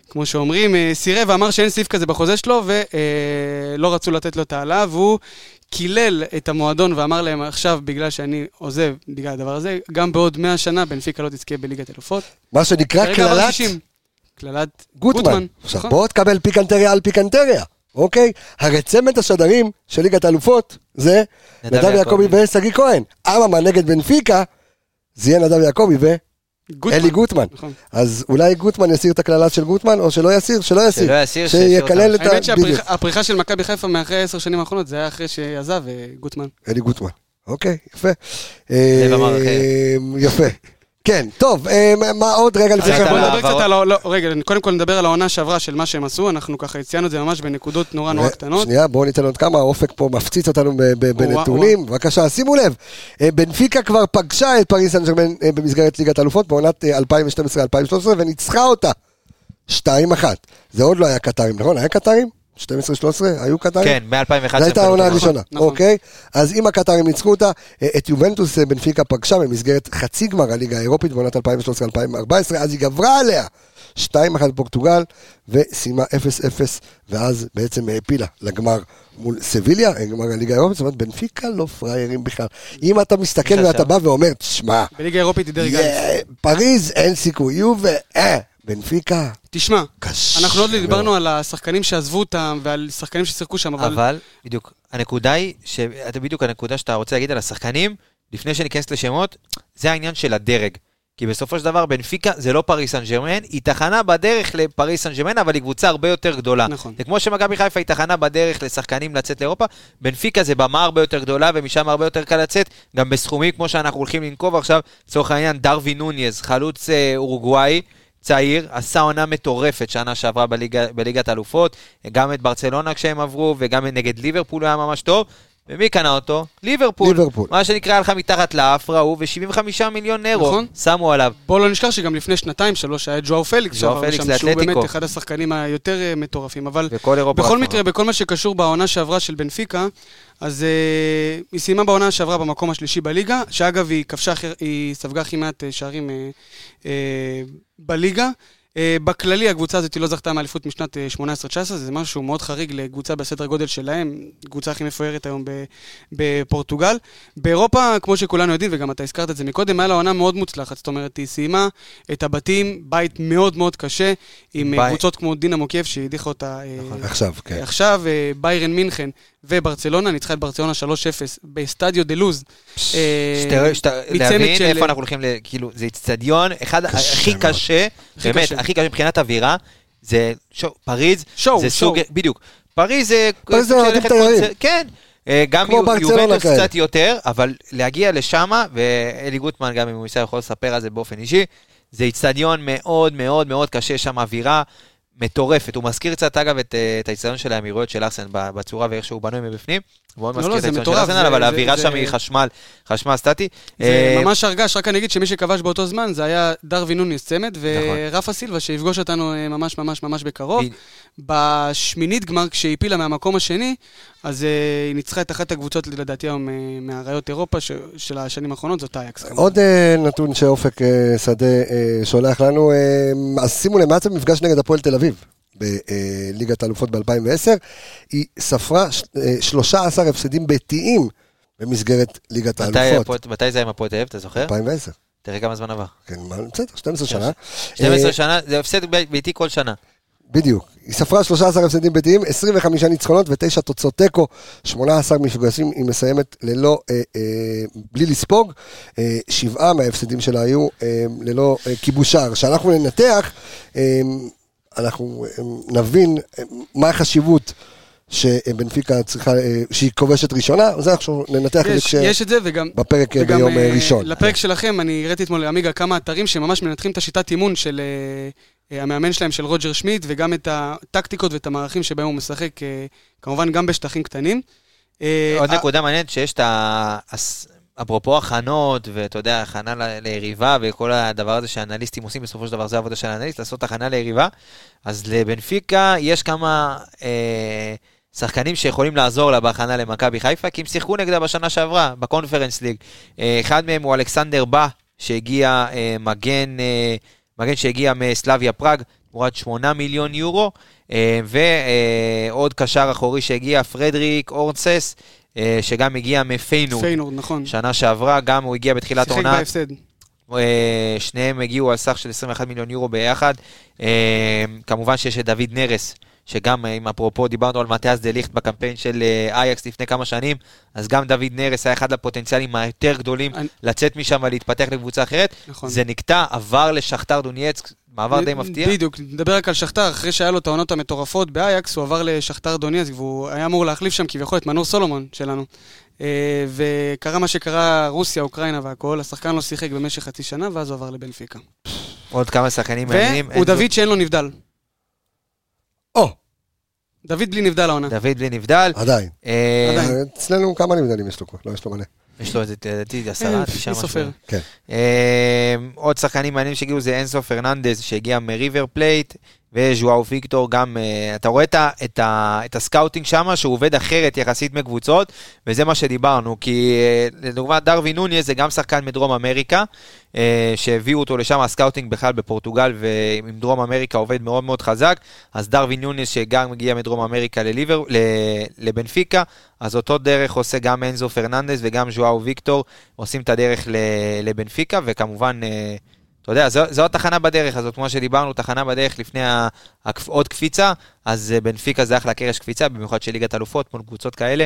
כמו שאומרים, אה, סירב ואמר שאין סעיף כזה בחוזה שלו, ולא רצו לתת לו את העלאה, והוא קילל את המועדון ואמר להם, עכשיו, בגלל שאני עוזב, בגלל הדבר הזה, גם בעוד 100 שנה בנפיקה לא תזכה בליגת אלופות. מה שנקרא כרגע עבר קללת 60. קללת גוטמן. גוטמן. עכשיו נכון. בוא תקבל פיקנטריה על פיקנטריה, אוקיי? הרי צמד השדרים של ליגת האלופות זה נדב נדב יעקבי יעקבי. ושגיא כהן. אממה נגד בנפיקה, זה יהיה נדב יעקבי גוטמן. ואלי גוטמן. נכון. אז אולי גוטמן יסיר את הקללה של גוטמן, או שלא יסיר, שלא יסיר. שלא יסיר, שיסיר שיקלל את ה... האמת בדיוק, שהפריחה של מכבי חיפה מאחרי עשר שנים האחרונות, זה היה אחרי שעזב אה, גוטמן. אלי גוטמן. אוקיי, יפה. אמר אחרת. אה, יפה. כן, טוב, אה, מה עוד רגע לפני... רגע, שאנחנו- רגע, בוא על נדבר קצת ההעברות? על ה... לא, רגע, קודם כל נדבר על העונה שעברה של מה שהם עשו, אנחנו ככה ציינו את זה ממש בנקודות נורא נורא ו- קטנות. שנייה, בואו ניתן עוד כמה, אופק פה מפציץ אותנו ב- ב- בנתונים. בבקשה, שימו לב, אה, בנפיקה כבר פגשה את פריס סן ג'רמן אה, במסגרת ליגת האלופות בעונת אה, 2012-2013 וניצחה אותה 2-1. זה עוד לא היה קטרים, נכון? היה קטרים? 12-13? היו קטרים? כן, מ-2011. זו הייתה העונה נכון, הראשונה, נכון. אוקיי? אז אם הקטרים ניצחו אותה, אה, את יובנטוס אה, בנפיקה פגשה במסגרת חצי גמר הליגה האירופית בעונת 2013-2014, אז היא גברה עליה 2-1 פורטוגל, וסיימה 0-0, ואז בעצם העפילה לגמר מול סביליה, אה, גמר הליגה האירופית, זאת אומרת, בנפיקה לא פראיירים בכלל. אם אתה מסתכל חשב. ואתה בא ואומר, תשמע, בליגה האירופית היא דרג א'. יא, פריז אין סיכוי, יובה, אה, בנפיקה, תשמע, קשה. אנחנו עוד לא דיברנו מאוד. על השחקנים שעזבו אותם ועל שחקנים ששיחקו שם, אבל... אבל, בדיוק, הנקודה היא, ש- אתה בדיוק הנקודה שאתה רוצה להגיד על השחקנים, לפני שניכנס לשמות, זה העניין של הדרג. כי בסופו של דבר, בנפיקה זה לא פריס סן ג'רמן, היא תחנה בדרך לפריס סן ג'רמן, אבל היא קבוצה הרבה יותר גדולה. נכון. זה כמו שמכבי חיפה היא תחנה בדרך לשחקנים לצאת לאירופה, בנפיקה זה במה הרבה יותר גדולה, ומשם הרבה יותר קל לצאת, גם בסכומים כמו שאנחנו הולכים לנקוב עכשיו, לצורך העניין, דרווין נוניז, חלוץ אה, אורוגוואי, צעיר, עשה עונה מטורפת שנה שעברה בליגה, בליגת אלופות, גם את ברצלונה כשהם עברו, וגם נגד ליברפול הוא היה ממש טוב. ומי קנה אותו? ליברפול. ליברפול. מה שנקרא, הלכה מתחת לאף, ראו, ו-75 מיליון אירו נכון. שמו עליו. בואו לא נשכח שגם לפני שנתיים, שלוש, היה את ג'ואו פליקס ג'ואו שעבר פליקס לשם, שהוא לאתלטיקו. באמת אחד השחקנים היותר אה, מטורפים, אבל... וכל אירופה... בכל רצו. מקרה, בכל מה שקשור בעונה שעברה של בנפיקה, אז אה, היא סיימה בעונה שעברה במקום השלישי בליגה, שאגב, היא כבשה, הכי- היא ספגה הכי מעט אה, שערים אה, אה, בליגה. אה, בכללי, הקבוצה הזאת היא לא זכתה מאליפות משנת אה, 18-19, זה משהו מאוד חריג לקבוצה בסדר גודל שלהם, קבוצה הכי מפוארת היום ב- בפורטוגל. באירופה, כמו שכולנו יודעים, וגם אתה הזכרת את זה מקודם, היה לה עונה מאוד מוצלחת, זאת אומרת, היא סיימה את הבתים, בית מאוד מאוד קשה, עם אה, בית- קבוצות כמו דינמו קייב, שהדיחה אותה אה, עכשיו, כן. עכשיו אה, ביירן מינכן וברצלונה, ניצחה את ברצלונה 3-0 בסטדיו דה לוז. אה, שת- שת- מצמד להבין של- איפה אנחנו הולכים, ל- כאילו, זה איצטדיון, אחד קשה הכי מאוד. קשה, הכי באמת, קשה. הכי קשה מבחינת אווירה, זה שואו, פריז, שואו, זה שואו. סוג, בדיוק, פריז זה... פריז זה סוג של אוהדים ללכת תיירים. קונצרט- כן. אה, גם כמו יו- ברצלונה יובנטוס כאלה. קצת יותר, אבל להגיע לשם, ואלי גוטמן, גם אם הוא ייסע, יכול לספר על זה באופן אישי, זה איצטדיון מאוד מאוד מאוד קשה, יש שם אווירה מטורפת. הוא מזכיר קצת, אגב, את אה, את האיצטדיון של האמירויות של ארסן בצורה ואיך שהוא בנוי מבפנים. הוא מאוד לא, מזכיר לא, את זה האיצטדיון של מטורף, ארסנל, זה- אבל זה- האווירה זה- שם היא חשמל, חשמל סטטי. זה אה, ממש הרגש, רק אני אגיד שמי שכבש באותו זמן זה היה דרווין נוניס צמד, נכון. ורפה סילבה שיפגוש אותנו אה, ממש ממש ממש בקרוב. בדיוק. בשמינית גמר, כשהיא הפילה מהמקום השני, אז אה, היא ניצחה את אחת הקבוצות, לדעתי היום, אה, מאריות אירופה ש- של השנים האחרונות, זאת אייקס. כמובן. עוד אה, נתון שאופק אה, שדה אה, שולח לנו, אה, אז שימו לב, מאז המפגש נגד הפועל תל אביב בליגת האלופות ב-2010, היא ספרה ש- אה, 13 הפסדים ביתיים במסגרת ליגת מתי האלופות. הפועל- מתי זה היה עם הפועל תל אביב, אתה זוכר? 2010, תראה כמה זמן עבר. אה, כן, מה, בסדר, 12 שנה. 12 אה, שנה, זה הפסד ב- ביתי כל שנה. בדיוק. היא ספרה 13 הפסדים ביתיים, 25 ניצחונות ו-9 תוצאות תיקו, 18 מפגשים, היא מסיימת ללא, אה, אה, בלי לספוג. אה, שבעה מההפסדים שלה היו אה, ללא אה, כיבוש שער. כשאנחנו ננתח, אה, אנחנו אה, נבין אה, מה החשיבות שבנפיקה צריכה, אה, שהיא כובשת ראשונה, אז אנחנו ננתח את זה יש, כש... יש את זה, וגם... בפרק אה, וגם, ביום אה, אה, ראשון. לפרק שלכם, אני הראיתי אתמול לעמיגה כמה אתרים שממש מנתחים את השיטת אימון של אה, אה, המאמן שלהם, של רוג'ר שמיט, וגם את הטקטיקות ואת המערכים שבהם הוא משחק, אה, כמובן גם בשטחים קטנים. אה, עוד אה, נקודה מעניינת שיש את ה... הס- אפרופו הכנות, ואתה יודע, הכנה ל- ליריבה וכל הדבר הזה שהאנליסטים עושים, בסופו של דבר זה העבודה של האנליסט, לעשות הכנה ליריבה. אז לבנפיקה יש כמה אה, שחקנים שיכולים לעזור לה בהכנה למכבי חיפה, כי הם שיחקו נגדה בשנה שעברה, בקונפרנס ליג. אה, אחד מהם הוא אלכסנדר בא, שהגיע אה, מגן, אה, מגן שהגיע מסלביה פראג, תמורת 8 מיליון יורו, אה, ועוד קשר אחורי שהגיע, פרדריק אורנסס, אה, שגם הגיע מפיינורד. פיינורד, נכון. שנה שעברה, גם הוא הגיע בתחילת שיחק עונה, בהפסד. אה, שניהם הגיעו על סך של 21 מיליון יורו ביחד. אה, כמובן שיש את דוד נרס, שגם, אה, אם אפרופו, דיברנו על מתיאס דה ליכט בקמפיין של אה, אייקס לפני כמה שנים, אז גם דוד נרס היה אחד הפוטנציאלים היותר גדולים אני- לצאת משם ולהתפתח לקבוצה אחרת. נכון. זה נקטע, עבר לשכתר דונייצק, מעבר די מפתיע. אה, בדיוק, נדבר רק על שכתר, אחרי שהיה לו את העונות המטורפות באייקס, הוא עבר לשכתר דונייצק, והוא היה אמור להחליף שם כביכול את מנור סולומון שלנו. אה, וקרה מה שקרה, רוסיה, אוקראינה והכול, השחקן לא שיחק במשך חצי שנה, ואז הוא עבר לבנפיקה. עוד כמה שחקנים מעניינים. והוא אנדרו- דוד שאין לו נבדל. או, דוד בלי נבדל העונה. דוד בלי נבדל. אה, עדיין. אה, עדיין. אצלנו כמה נמדלים יש לו כבר? לא, יש לו מלא. יש לו איזה, לדעתי, עשרה, אה, תשעה מי סופר? משהו. כן. אה, עוד שחקנים מעניינים שהגיעו זה אינסו פרננדז שהגיע מריבר פלייט וז'ואאו ויקטור גם, אה, אתה רואה את, ה, את, ה, את הסקאוטינג שם שהוא עובד אחרת יחסית מקבוצות וזה מה שדיברנו כי אה, לדוגמה דרווין נוניאז זה גם שחקן מדרום אמריקה אה, שהביאו אותו לשם הסקאוטינג בכלל בפורטוגל ועם דרום אמריקה עובד מאוד מאוד חזק אז דרווין נוניאז שגם הגיע מדרום אמריקה לליבר, ל, לבנפיקה אז אותו דרך עושה גם אנזו פרננדס וגם ז'ואאו ויקטור עושים את הדרך ל- לבנפיקה, וכמובן, אה, אתה יודע, זו, זו התחנה בדרך הזאת, כמו שדיברנו, תחנה בדרך לפני ה- הקפ- עוד קפיצה, אז אה, בנפיקה זה אחלה קרש קפיצה, במיוחד של ליגת אלופות, מול קבוצות כאלה.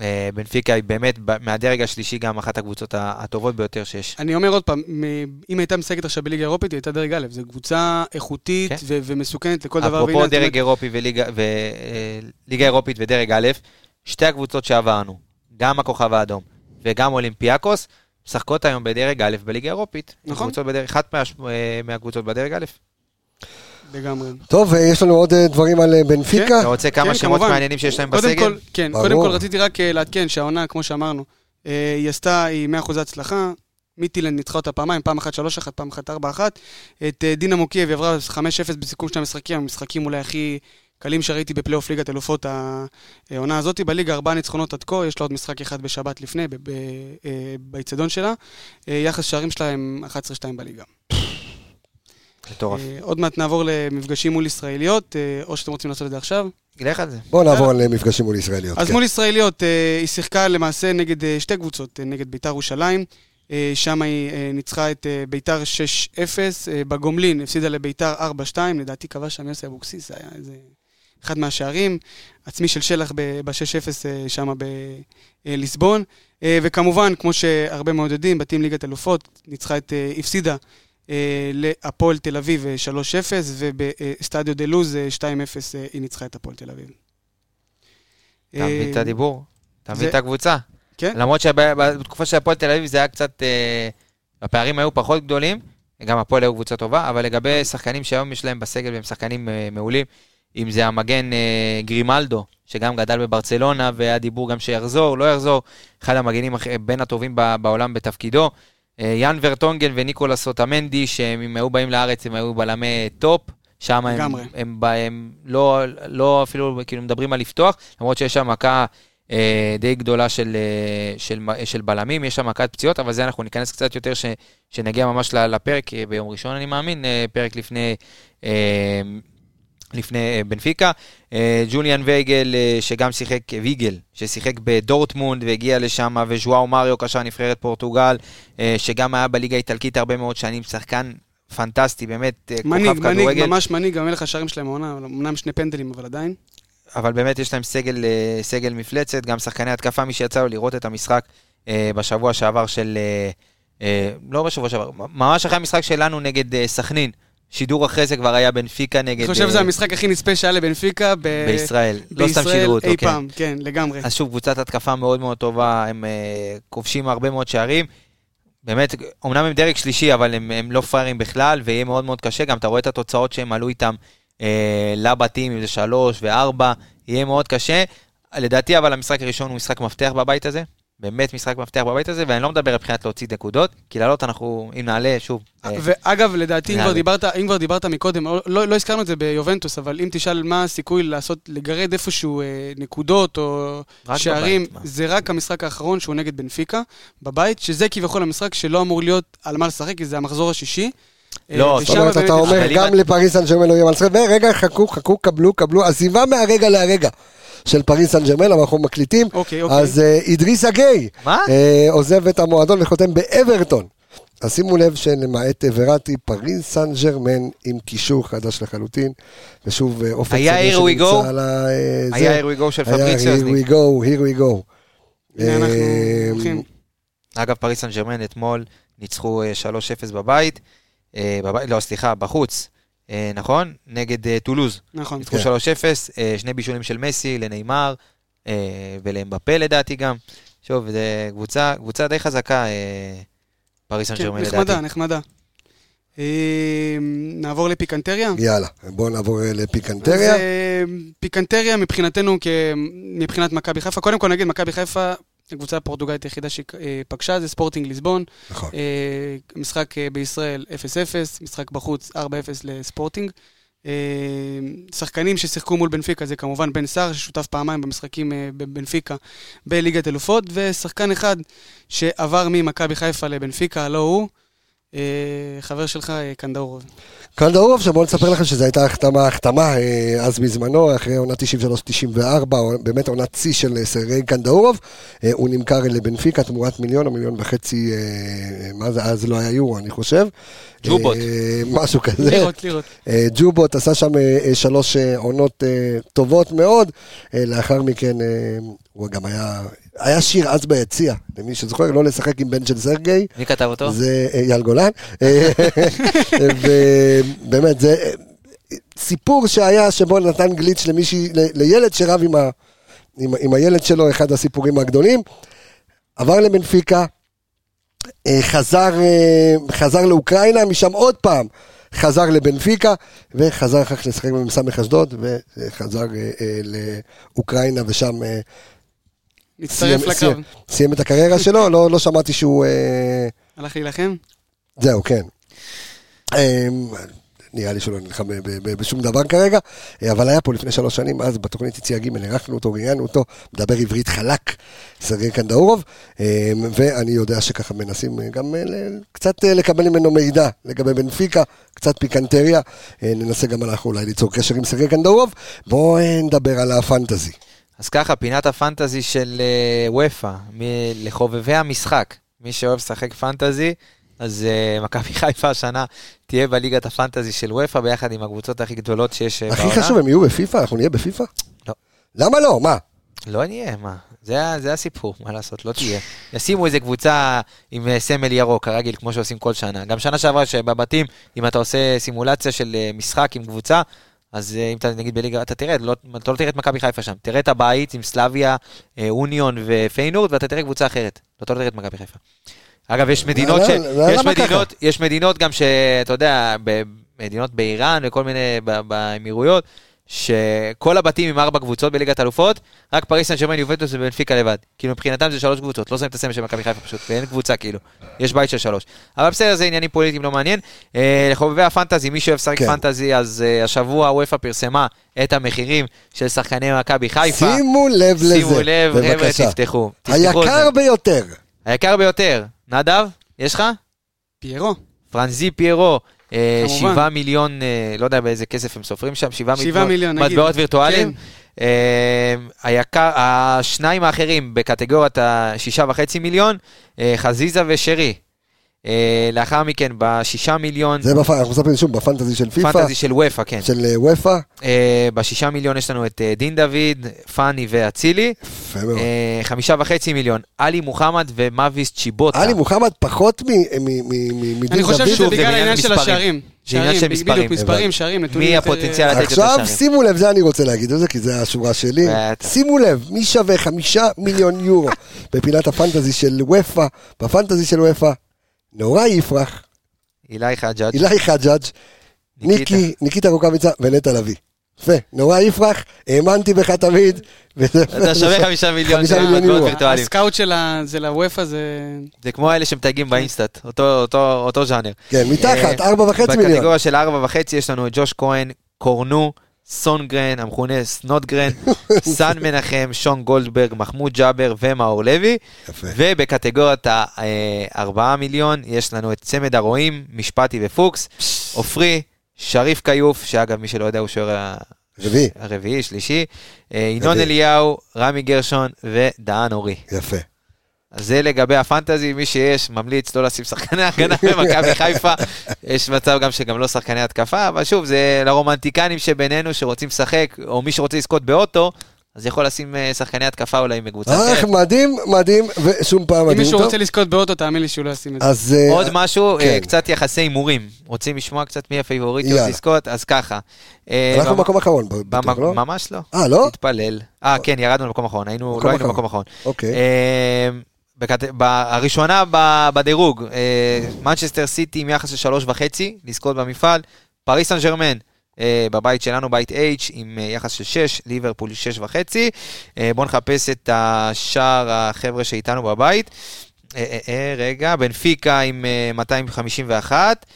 אה, בנפיקה היא באמת, ב- מהדרג השלישי, גם אחת הקבוצות ה- הטובות ביותר שיש. אני אומר עוד פעם, מ- אם הייתה משחקת עכשיו בליגה האירופית, היא הייתה דרג א', זו קבוצה איכותית כן. ו- ומסוכנת לכל דבר אפרופו זאת אומרת, דרג אירופי וליגה ו- אה, ליגה אירופית ודרג א', שתי הקבוצות שעברנו, גם הכוכב האדום וגם אולימפיאקוס, משחקות היום בדרג א' בליגה האירופית. נכון. הקבוצות בדרג- אחת מה- אה, מהקבוצות בדרג א'. לגמרי. טוב, אה, יש לנו עוד אה, דברים על אה, בנפיקה? אתה רוצה כמה כן, שמות כמובן. מעניינים שיש להם קודם בסגל? כל, כן, ברור. קודם כל רציתי רק אה, לעדכן שהעונה, כמו שאמרנו, אה, היא עשתה, היא 100% הצלחה. מיטילנד ניצחה אותה פעמיים, פעם אחת 3-1, פעם אחת 4-1. את אה, דינה מוקייב היא עברה 5-0 בסיכום שני המשחקים, המשחקים אולי הכי קלים שראיתי בפלייאוף ליגת אלופות אה, העונה הזאת. בליגה ארבעה ניצחונות עד כה, יש לה עוד משחק אחד בשבת לפני, ב- ב- אה, באיצטדיון שלה. אה, יחס שערים שלה הם 11-2 בליגה. מטורף. אה, עוד מעט נעבור למפגשים מול ישראליות, אה, או שאתם רוצים לעשות את זה עכשיו. לך על זה. בואו נעבור על אה, מפגשים מול ישראליות. אז כן. מול ישראליות, אה, היא שיחקה למעשה נגד אה, שתי קבוצות, אה, נגד ביתר ירושלים, אה, שם היא אה, ניצחה את אה, ביתר 6-0, אה, בגומלין הפסידה לביתר 4-2, לדעתי כבש שם יוסי אבוקסיס, זה היה איזה... אחד מהשערים, עצמי של שלח ב-6-0 אה, שם בליסבון. אה, וכמובן, כמו שהרבה מאוד יודעים, בתים ליגת אלופות, ניצחה את, אה, הפסידה אה, להפועל תל אביב אה, 3-0, ובסטדיו דה לוז אה, 2-0 אה, היא ניצחה את הפועל תל אביב. אתה מבין את אה, הדיבור? אתה מבין זה- את הקבוצה? כן. למרות שבתקופה של הפועל תל אביב זה היה קצת... אה, הפערים היו פחות גדולים, גם הפועל היו קבוצה טובה, אבל לגבי שחקנים שהיום יש להם בסגל והם שחקנים אה, מעולים, אם זה המגן אה, גרימלדו, שגם גדל בברצלונה, והיה דיבור גם שיחזור, לא יחזור, אחד המגנים הכי- בין הטובים ב- בעולם בתפקידו. אה, יאן ורטונגן וניקולס סוטמנדי, שהם אם היו באים לארץ, הם היו בלמי טופ. שם הם, אה, הם, לגמרי. הם, ב- הם לא, לא אפילו כאילו מדברים על לפתוח, למרות שיש שם מכה אה, די גדולה של, אה, של, מ- של בלמים, יש שם מכת פציעות, אבל זה אנחנו ניכנס קצת יותר ש, שנגיע ממש ל- לפרק אה, ביום ראשון, אני מאמין, אה, פרק לפני, אה, לפני אה, בנפיקה. אה, ג'וליאן וייגל, אה, שגם שיחק, ויגל, ששיחק בדורטמונד והגיע לשם, וז'ואאו מריו, קשר נבחרת פורטוגל, אה, שגם היה בליגה האיטלקית הרבה מאוד שנים, שחקן פנטסטי, באמת, אה, מנהיג, כוכב מנהיג, כדורגל. ממש מנהיג, גם מלך השערים שלהם העונה, אמנם שני פנדלים, אבל עדיין. אבל באמת יש להם סגל, אה, סגל מפלצת, גם שחקני התקפה, מי שיצא לו לראות את המשחק אה, בשבוע שעבר של... אה, אה, לא בשבוע שעבר, מ- ממש אחרי המשחק שלנו נגד אה, סכנין. שידור אחרי זה כבר היה בנפיקה נגד... אני חושב אה, שזה המשחק הכי נצפה שהיה לבנפיקה ב- בישראל. לא סתם בישראל שידרו אותו, אי כן. פעם, כן, לגמרי. אז שוב, קבוצת התקפה מאוד מאוד טובה, הם אה, כובשים הרבה מאוד שערים. באמת, אמנם הם דרג שלישי, אבל הם, הם לא פראיירים בכלל, ויהיה מאוד מאוד קשה. גם אתה רואה את התוצאות שהם עלו איתם אה, לבתים, אם זה שלוש וארבע, יהיה מאוד קשה. לדעתי, אבל המשחק הראשון הוא משחק מפתח בבית הזה. באמת משחק מפתח בבית הזה, ואני לא מדבר מבחינת להוציא נקודות, כי לעלות אנחנו, אם נעלה שוב, אה, ואגב, לדעתי, אם נעלה. כבר דיברת, אם כבר דיברת מקודם, לא, לא לא הזכרנו את זה ביובנטוס, אבל אם תשאל מה הסיכוי לעשות, לגרד איפשהו אה, נקודות או רק שערים, בבית, מה? זה רק המשחק האחרון שהוא נגד בנפיקה, בבית, שזה כביכול המשחק שלא אמור להיות על מה לשחק, כי זה המחזור השישי. אה, לא, זאת ושם אומרת, באמת- אתה אומר, אבל אם גם את- לפריס סן ג'רמן לא יהיה מה לשחק, ורגע, חכו, חכו, קבלו, קבלו, עזיבה מהרגע להרגע של פריס סן ג'רמן, אבל אנחנו מקליטים, אוקיי, אוקיי. אז אה, אידריס אגיי מה? אה, עוזב את המועדון וחותם באברטון. אז שימו לב שלמעט וראטי, פריס סן ג'רמן עם קישור חדש לחלוטין, ושוב אה, אופן היה שדה here we go. על ה... אה, זה. היה אירוי גו של היה פבריציו here יזניק. we go, here we go. הנה אנחנו אה, הולכים. אגב, פריס סן ג'רמן אתמול ניצחו אה, 3-0 בבית, אה, בבית, לא, סליחה, בחוץ, אה, נכון? נגד אה, טולוז. נכון. ניצחו 3-0, אה, שני בישולים של מסי, לנאמר אה, ולאמבפה לדעתי גם. שוב, זו קבוצה, קבוצה די חזקה, אה, פריס סן כן, ג'רמן לדעתי. נחמדה, נחמדה. אה, נעבור לפיקנטריה? יאללה, בואו נעבור אה, אז, לפיקנטריה. אה, פיקנטריה מבחינתנו, כ- מבחינת מכבי חיפה, קודם כל נגיד מכבי חיפה, הקבוצה הפורטוגלית היחידה שפגשה זה ספורטינג ליסבון, נכון. אה, משחק אה, בישראל 0-0, משחק בחוץ 4-0 לספורטינג. אה, שחקנים ששיחקו מול בנפיקה זה כמובן בן סער, ששותף פעמיים במשחקים אה, בבנפיקה בליגת אלופות, ושחקן אחד שעבר ממכבי חיפה לבנפיקה, הלא הוא, אה, חבר שלך, אה, קנדאורוב. קלדאורוב, שבואו נספר לכם שזו הייתה החתמה, החתמה אה, אז בזמנו, אחרי עונת 93-94, באמת עונת שיא של אה, סרגי קלדאורוב. אה, הוא נמכר לבנפיקה תמורת מיליון או מיליון וחצי, אה, מה זה, אז לא היה יורו, אני חושב. ג'ובות. אה, משהו כזה. לראות, לראות. אה, ג'ובות עשה שם אה, אה, שלוש אה, עונות אה, טובות מאוד. אה, לאחר מכן, אה, הוא גם היה, היה שיר אז ביציע, למי שזוכר, לא לשחק עם בן של סרגי. מי כתב אותו? זה אה, אייל גולן. אה, ובאמת, זה אה, סיפור שהיה שבו נתן גליץ' למישהי, ל- לילד שרב עם, ה, עם, ה- עם הילד שלו, אחד הסיפורים הגדולים. עבר לבנפיקה, אה, חזר, אה, חזר לאוקראינה, משם עוד פעם. חזר לבנפיקה, וחזר אחר כך לשחק במס"מ אשדוד, וחזר אה, אה, לאוקראינה, ושם אה, מצטרף לקרב. סיים, סיים את הקריירה שלו, לא, לא שמעתי שהוא... אה, הלך להילחם? זהו, כן. אמ, נראה לי שלא נלחם ב- ב- ב- בשום דבר כרגע, אה, אבל היה פה לפני שלוש שנים, אז בתוכנית יציאה ג' אירחנו אותו, ראיינו אותו, מדבר עברית חלק, סרגי קנדאורוב, אמ, ואני יודע שככה מנסים אה, גם אה, ל- קצת אה, לקבל ממנו מידע לגבי בנפיקה, קצת פיקנטריה, אה, ננסה גם אנחנו אולי ליצור קשר עם סרגי קנדאורוב, בואו אה, נדבר על הפנטזי. אז ככה, פינת הפנטזי של אה, וופא, מ- לחובבי המשחק, מי שאוהב לשחק פנטזי, אז אה, מכבי חיפה השנה תהיה בליגת הפנטזי של וופא ביחד עם הקבוצות הכי גדולות שיש אה, הכי בעונה. חשוב, הם יהיו בפיפ"א? אנחנו נהיה בפיפ"א? לא. למה לא? מה? לא נהיה, מה? זה, ה- זה הסיפור, מה לעשות, לא תהיה. ישימו איזה קבוצה עם אה, סמל ירוק, כרגיל, כמו שעושים כל שנה. גם שנה שעברה שבבתים, אם אתה עושה סימולציה של אה, משחק עם קבוצה, אז אה, אם אתה נגיד בליגה, אתה תראה, לא, אתה לא תראה את מכבי חיפה שם. תראה את הבית עם סלביה, אה, אוניון ופיינורד, ואתה תראה קבוצה אחרת. אתה לא תראה את מכבי חיפה. אגב, יש מדינות ש... למה- לא, למה יש ככה? מדינות, יש מדינות גם שאתה יודע, במדינות באיראן וכל מיני, ב- באמירויות, שכל הבתים עם ארבע קבוצות בליגת אלופות, רק פריס סן ג'רמן, יובנטוס ובנפיקה לבד. כאילו מבחינתם זה שלוש קבוצות, לא שמים את הסמל של מכבי חיפה פשוט, ואין קבוצה כאילו, יש בית של שלוש. אבל בסדר, זה עניינים פוליטיים, לא מעניין. אה, לחובבי הפנטזי, מי שאוהב לשחק כן. פנטזי, אז אה, השבוע וופא פרסמה את המחירים של שחקני מכבי חיפה. שימו לב לזה. שימו לב, חבר'ה, בבקשה. תפתחו. תפתחו את זה. היקר ביותר. היקר ביותר, נדב, יש לך? פיירו. פרנזי פיירו, אה, כמובן. 7 מיליון, אה, לא יודע באיזה כסף הם סופרים שם, 7 שבעה מיליון, נגיד. מטבעות וירטואליים. אה, היקר, השניים האחרים בקטגוריית ה-6.5 מיליון, אה, חזיזה ושרי. אה, לאחר מכן ב-6 מיליון, זה בפ... אנחנו לא מספרים שוב בפנטזי של פיפ"א, Mm-hmm. פנטזי של וופא, כן. של אה, וופא. אה, ב-6 מיליון יש לנו את אה, דין דוד, פאני ואצילי. יפה מאוד. אה, חמישה וחצי מיליון, עלי מוחמד ומאביס צ'יבוטה. עלי מוחמד פחות מ- מ- מ- מ- מדין אני חושב דוד. שזה שוב, זה בגלל בעניין העניין של מספרים. השערים. זה עניין שערים, של בדיוק, מספרים, מספרים, הבנתי. שערים, נתונים אה, מי יותר, הפוטנציאל לתת יותר עכשיו שערים. שימו לב, זה אני רוצה להגיד, זה כי זה השורה שלי. בטח. שימו לב, מי שווה חמישה מיליון יורו בפינת הפנטזי של וופא, בפנטזי של וופא, נורא יפרח, אילי חג'אג', אילי חג'אג', ניקי, ניקיטה רוקאביצה ונטע לביא. יפה, נורא יפרח, האמנתי בך תמיד. וזה- אתה שווה חמישה מיליון חמישה שקל מיליון בהלוואות יורו. וירטואליים. לא- הסקאוט של ה... זה לוופא זה... זה כמו אלה שמתייגים באינסטאט, אותו- אותו אותו ז'אנר. כן, מתחת, אה, ארבע וחצי מיליון. בקטגוריה של ארבע וחצי יש לנו את ג'וש כהן, קורנו, סונגרן, המכונה סנוטגרן, סאן מנחם, שון גולדברג, מחמוד ג'אבר ומאור לוי. יפה. ובקטגוריית הארבעה מיליון יש לנו את צמד הרועים, משפטי ופוקס, עופרי, שריף כיוף, שאגב מי שלא יודע הוא שוער ה- רביעי, הרביעי, שלישי, אה, ינון גדל. אליהו, רמי גרשון ודהן אורי. יפה. אז זה לגבי הפנטזי, מי שיש, ממליץ לא לשים שחקני הגנה במכבי חיפה. יש מצב גם שגם לא שחקני התקפה, אבל שוב, זה לרומנטיקנים שבינינו שרוצים לשחק, או מי שרוצה לזכות באוטו, אז יכול לשים אה, שחקני התקפה אולי מקבוצה אך, אחרת. אה, מדהים, מדהים, ושום פעם אם מדהים מישהו טוב. רוצה לזכות באוטו, תאמין לי שהוא לא ישים את זה. אז אה, עוד משהו, אה, כן. קצת יחסי הימורים. רוצים לשמוע קצת מי הפייבוריטיות יאללה. לזכות? אז ככה. אה, אנחנו במ- במקום אחרון, ב- בטוח, במ- לא? ממש לא. אה, לא? אוקיי. תתפלל. אה, כן, ירדנו למקום אחרון, היינו, מקום לא היינו אחרון. במקום אחרון. אוקיי. אה, בקט... ב... הראשונה ב... בדירוג, אה, מנצ'סטר סיטי עם יחס של שלוש וחצי, לזכות במפעל, פריס סן ג'רמן. אה, בבית שלנו, בית H, עם אה, יחס של 6, ליברפול 6 וחצי. אה, בואו נחפש את השאר החבר'ה שאיתנו בבית. אה, אה, אה, רגע, בנפיקה עם אה, 251,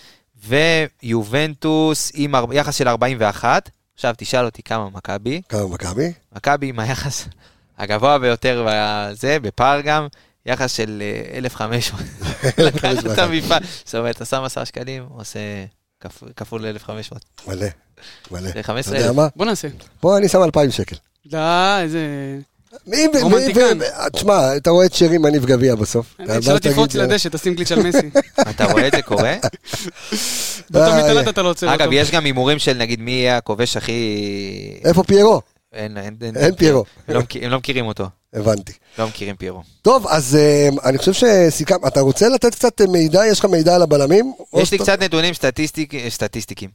ויובנטוס עם אר- יחס של 41. עכשיו תשאל אותי כמה מכבי. כמה מכבי? מכבי עם היחס הגבוה ביותר בזה, בפער גם, יחס של אה, 1,500. לקחנו את המפעל. זאת אומרת, אתה שם 10 שקלים, עושה כפ- כפול 1,500. מלא, מלא. זה אתה 15,000. יודע מה? בוא נעשה. בוא, אני שם 2,000 שקל. די, איזה... אה, מי- מי- רומנטיקן. מי- תשמע, אתה רואה את שרי מניב גביע בסוף. אני- אבל שלא תגיד, תקפוץ אה, לדשא, תשים גליץ' על מסי. אתה רואה את זה קורה? באותו אה, מתעלת אתה לא עוצר אותו. אגב, יש גם הימורים של נגיד מי יהיה הכובש הכי... אה, איפה פיירו? אין- אין- אין פיירו. הם לא מכיר- הם לא מכירים אותו. הבנתי. לא מכירים פיירו. טוב, אז אה, אני חושב שסיכם, אתה רוצה לתת קצת אה, מידע? יש לך מידע על הבלמים? או יש לי שאתה- קצת נתונים סטטיסטיק- סטטיסטיקים.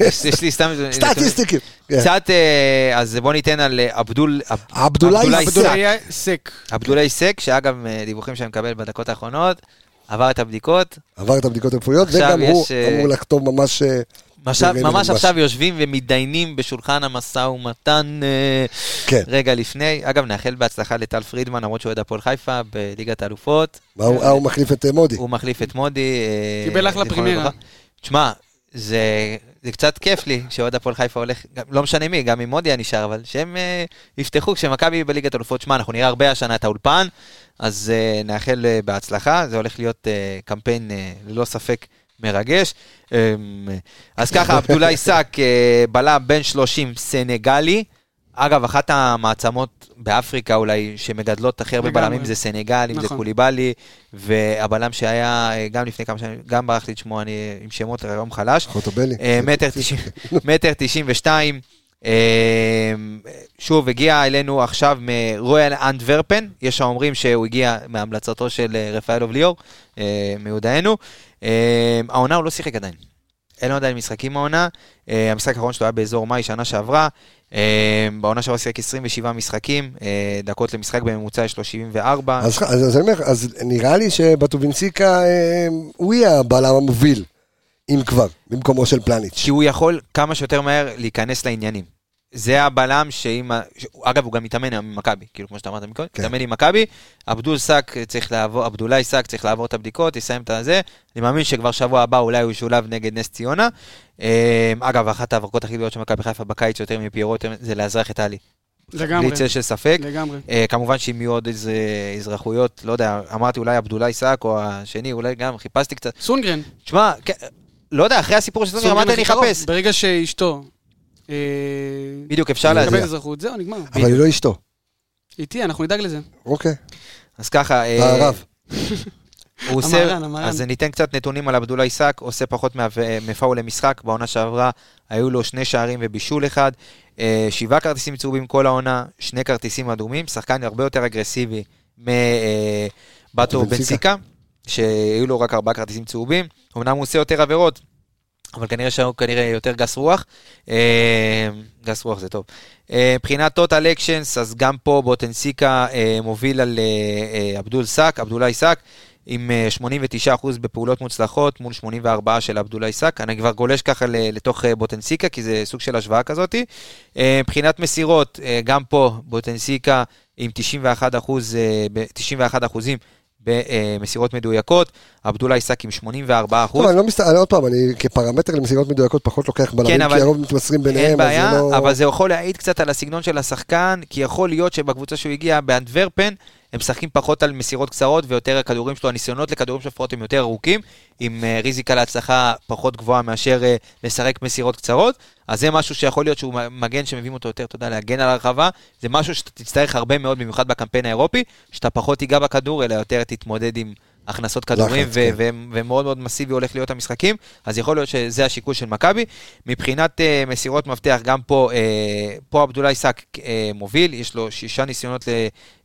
יש יש לי סתם נתונים. סטטיסטיקים. כן. קצת, אה, אז בוא ניתן על אה, עבדול... עב- עבדולאי עבדולאי סק. סק. אבדולאי סק. עבדולאי סק, שאגב, אה, דיווחים שאני מקבל בדקות האחרונות, עבר את הבדיקות. עבר את הבדיקות הרפואיות, עכשיו וגם הוא יש, אה, אמור לחתום ממש... אה, עכשיו, ברגע ממש ממש. עכשיו יושבים ומתדיינים בשולחן המשא ומתן אה, כן. רגע לפני. אגב, נאחל בהצלחה לטל פרידמן, למרות שהוא אוהד הפועל חיפה בליגת האלופות. מה הוא- אה, הוא מחליף את אה, מודי. הוא מחליף את מודי. אה, קיבל אחלה זיכרונו פרימירה. לברכה. תשמע, זה, זה קצת כיף לי שאוהד הפועל חיפה הולך, גם- לא משנה מי, גם אם מודי הנשאר, אבל שהם אה, יפתחו כשמכבי בליגת אלופות. שמע, אנחנו נראה הרבה השנה את האולפן, אז אה, נאחל אה, בהצלחה. זה הולך להיות אה, קמפיין אה, ללא ספק מרגש. אה, אז ככה, עבדולאי סאק, אה, בלם בן 30, סנגלי. אגב, אחת המעצמות באפריקה אולי, שמגדלות הכי הרבה לגמרי. בלמים, זה סנגל, אם זה נכון. קוליבאלי, והבלם שהיה אה, גם לפני כמה שנים, גם ברח לי את שמו, אני עם שמות היום חלש. חוטובלי. אה, מטר תשעים- מטר תשעים ושתיים. אה, שוב, הגיע אלינו עכשיו מרויאל אנדוורפן, יש האומרים שהוא הגיע מהמלצתו של אה, רפאל אובליאור, אה, מיודענו. אה, העונה הוא לא שיחק עדיין. אין לו עדיין משחקים העונה. אה, המשחק האחרון שלו היה באזור מאי שנה שעברה. אה, בעונה שעברה שיחק 27 משחקים, אה, דקות למשחק בממוצע יש לו 74. אז ח- אז אז אני אומר, לך, אז נראה לי שבטובינציקה אה, הוא יהיה הבלם המוביל, אם כבר, במקומו של פלניץ'. כי הוא יכול כמה שיותר מהר להיכנס לעניינים. זה הבלם שאם... ה- ש- אגב, הוא גם מתאמן עם מכבי, כאילו, כמו שאתה אמרת מקודם, כן. מתאמן עם מכבי. עבדול סאק צריך לעבור, עבדולאי סאק צריך לעבור את הבדיקות, יסיים את הזה. אני מאמין שכבר שבוע הבא אולי הוא ישולב נגד נס ציונה. אה, אגב, אחת ההברקות הכי גדולות של מכבי חיפה בקיץ, יותר מפיירו, יותר- זה לאזרח את טלי. לגמרי. בלי צל של ספק. לגמרי. אה, כמובן שאם יהיו עוד איזה אזרחויות, לא יודע, אמרתי אולי עבדולאי סאק או השני, אולי גם, חיפשתי קצת. סונגרן. תשמע, כן, לא יודע, אחרי הסיפור של סונגרן, סונגרן אמרתי אני הכי קרוב. אחפש. ברגע שאשתו... אה, בדיוק, אפשר להזיע. תקבל להזיע. אזרחות, זהו, נגמר. אבל היא לא אשתו. איתי, אנחנו נדאג לזה. אוקיי. אז ככה, אה, הרב. הוא עושה, המהר"ן, המהר"ן. אז ניתן קצת נתונים על עבדולאי סאק, עושה פחות מה- מפאול למשחק, בעונה שעברה היו לו שני שערים ובישול אחד, אה, שבעה כרטיסים צהובים כל העונה, שני כרטיסים אדומים, שחקן הרבה יותר אגרסיבי מבטו בן בנסיקה. סיקה, שהיו לו רק ארבעה כרטיסים צהובים, אמנם הוא עושה יותר עבירות, אבל כנראה שהוא כנראה יותר גס רוח. אה, גס רוח זה טוב. אה, מבחינת total actions, אז גם פה בוטנסיקה אה, מוביל על אה, אה, עבדול סאק, עבדולאי סאק. עם אה, 89% בפעולות מוצלחות מול 84 של עבדולאי סאק. אני כבר גולש ככה ל- לתוך אה, בוטנסיקה, כי זה סוג של השוואה כזאת. אה, מבחינת מסירות, אה, גם פה בוטנסיקה עם 91 אחוז, אה, ב- 91 אחוזים במסירות מדויקות, עבדולאי סאק עם 84 אחוז. טוב, אני לא מסתכל, עוד פעם, אני כפרמטר למסירות מדויקות פחות לוקח בלמים, כן, אבל- כי הרוב מתמסרים ביניהם, אין בעיה, אז זה לא... אבל זה יכול להעיד קצת על הסגנון של השחקן, כי יכול להיות שבקבוצה שהוא הגיע, באנטוורפן, הם משחקים פחות על מסירות קצרות, ויותר הכדורים שלו, הניסיונות לכדורים של הפרעות הם יותר ארוכים, עם אה, ריזיקה להצלחה פחות גבוהה מאשר אה, לשחק מסירות קצרות, אז זה משהו שיכול להיות שהוא מגן שמביאים אותו יותר, אתה יודע, להגן על הרחבה, זה משהו שאתה תצטרך הרבה מאוד, במיוחד בקמפיין האירופי, שאתה פחות תיגע בכדור, אלא יותר תתמודד עם הכנסות כדורים, לחץ, ו- כן. ו- ומאוד מאוד מסיבי הולך להיות המשחקים, אז יכול להיות שזה השיקול של מכבי. מבחינת uh, מסירות מפתח, גם פה, uh, פה עבדולאי סאק uh, מוביל, יש לו שישה ניסיונות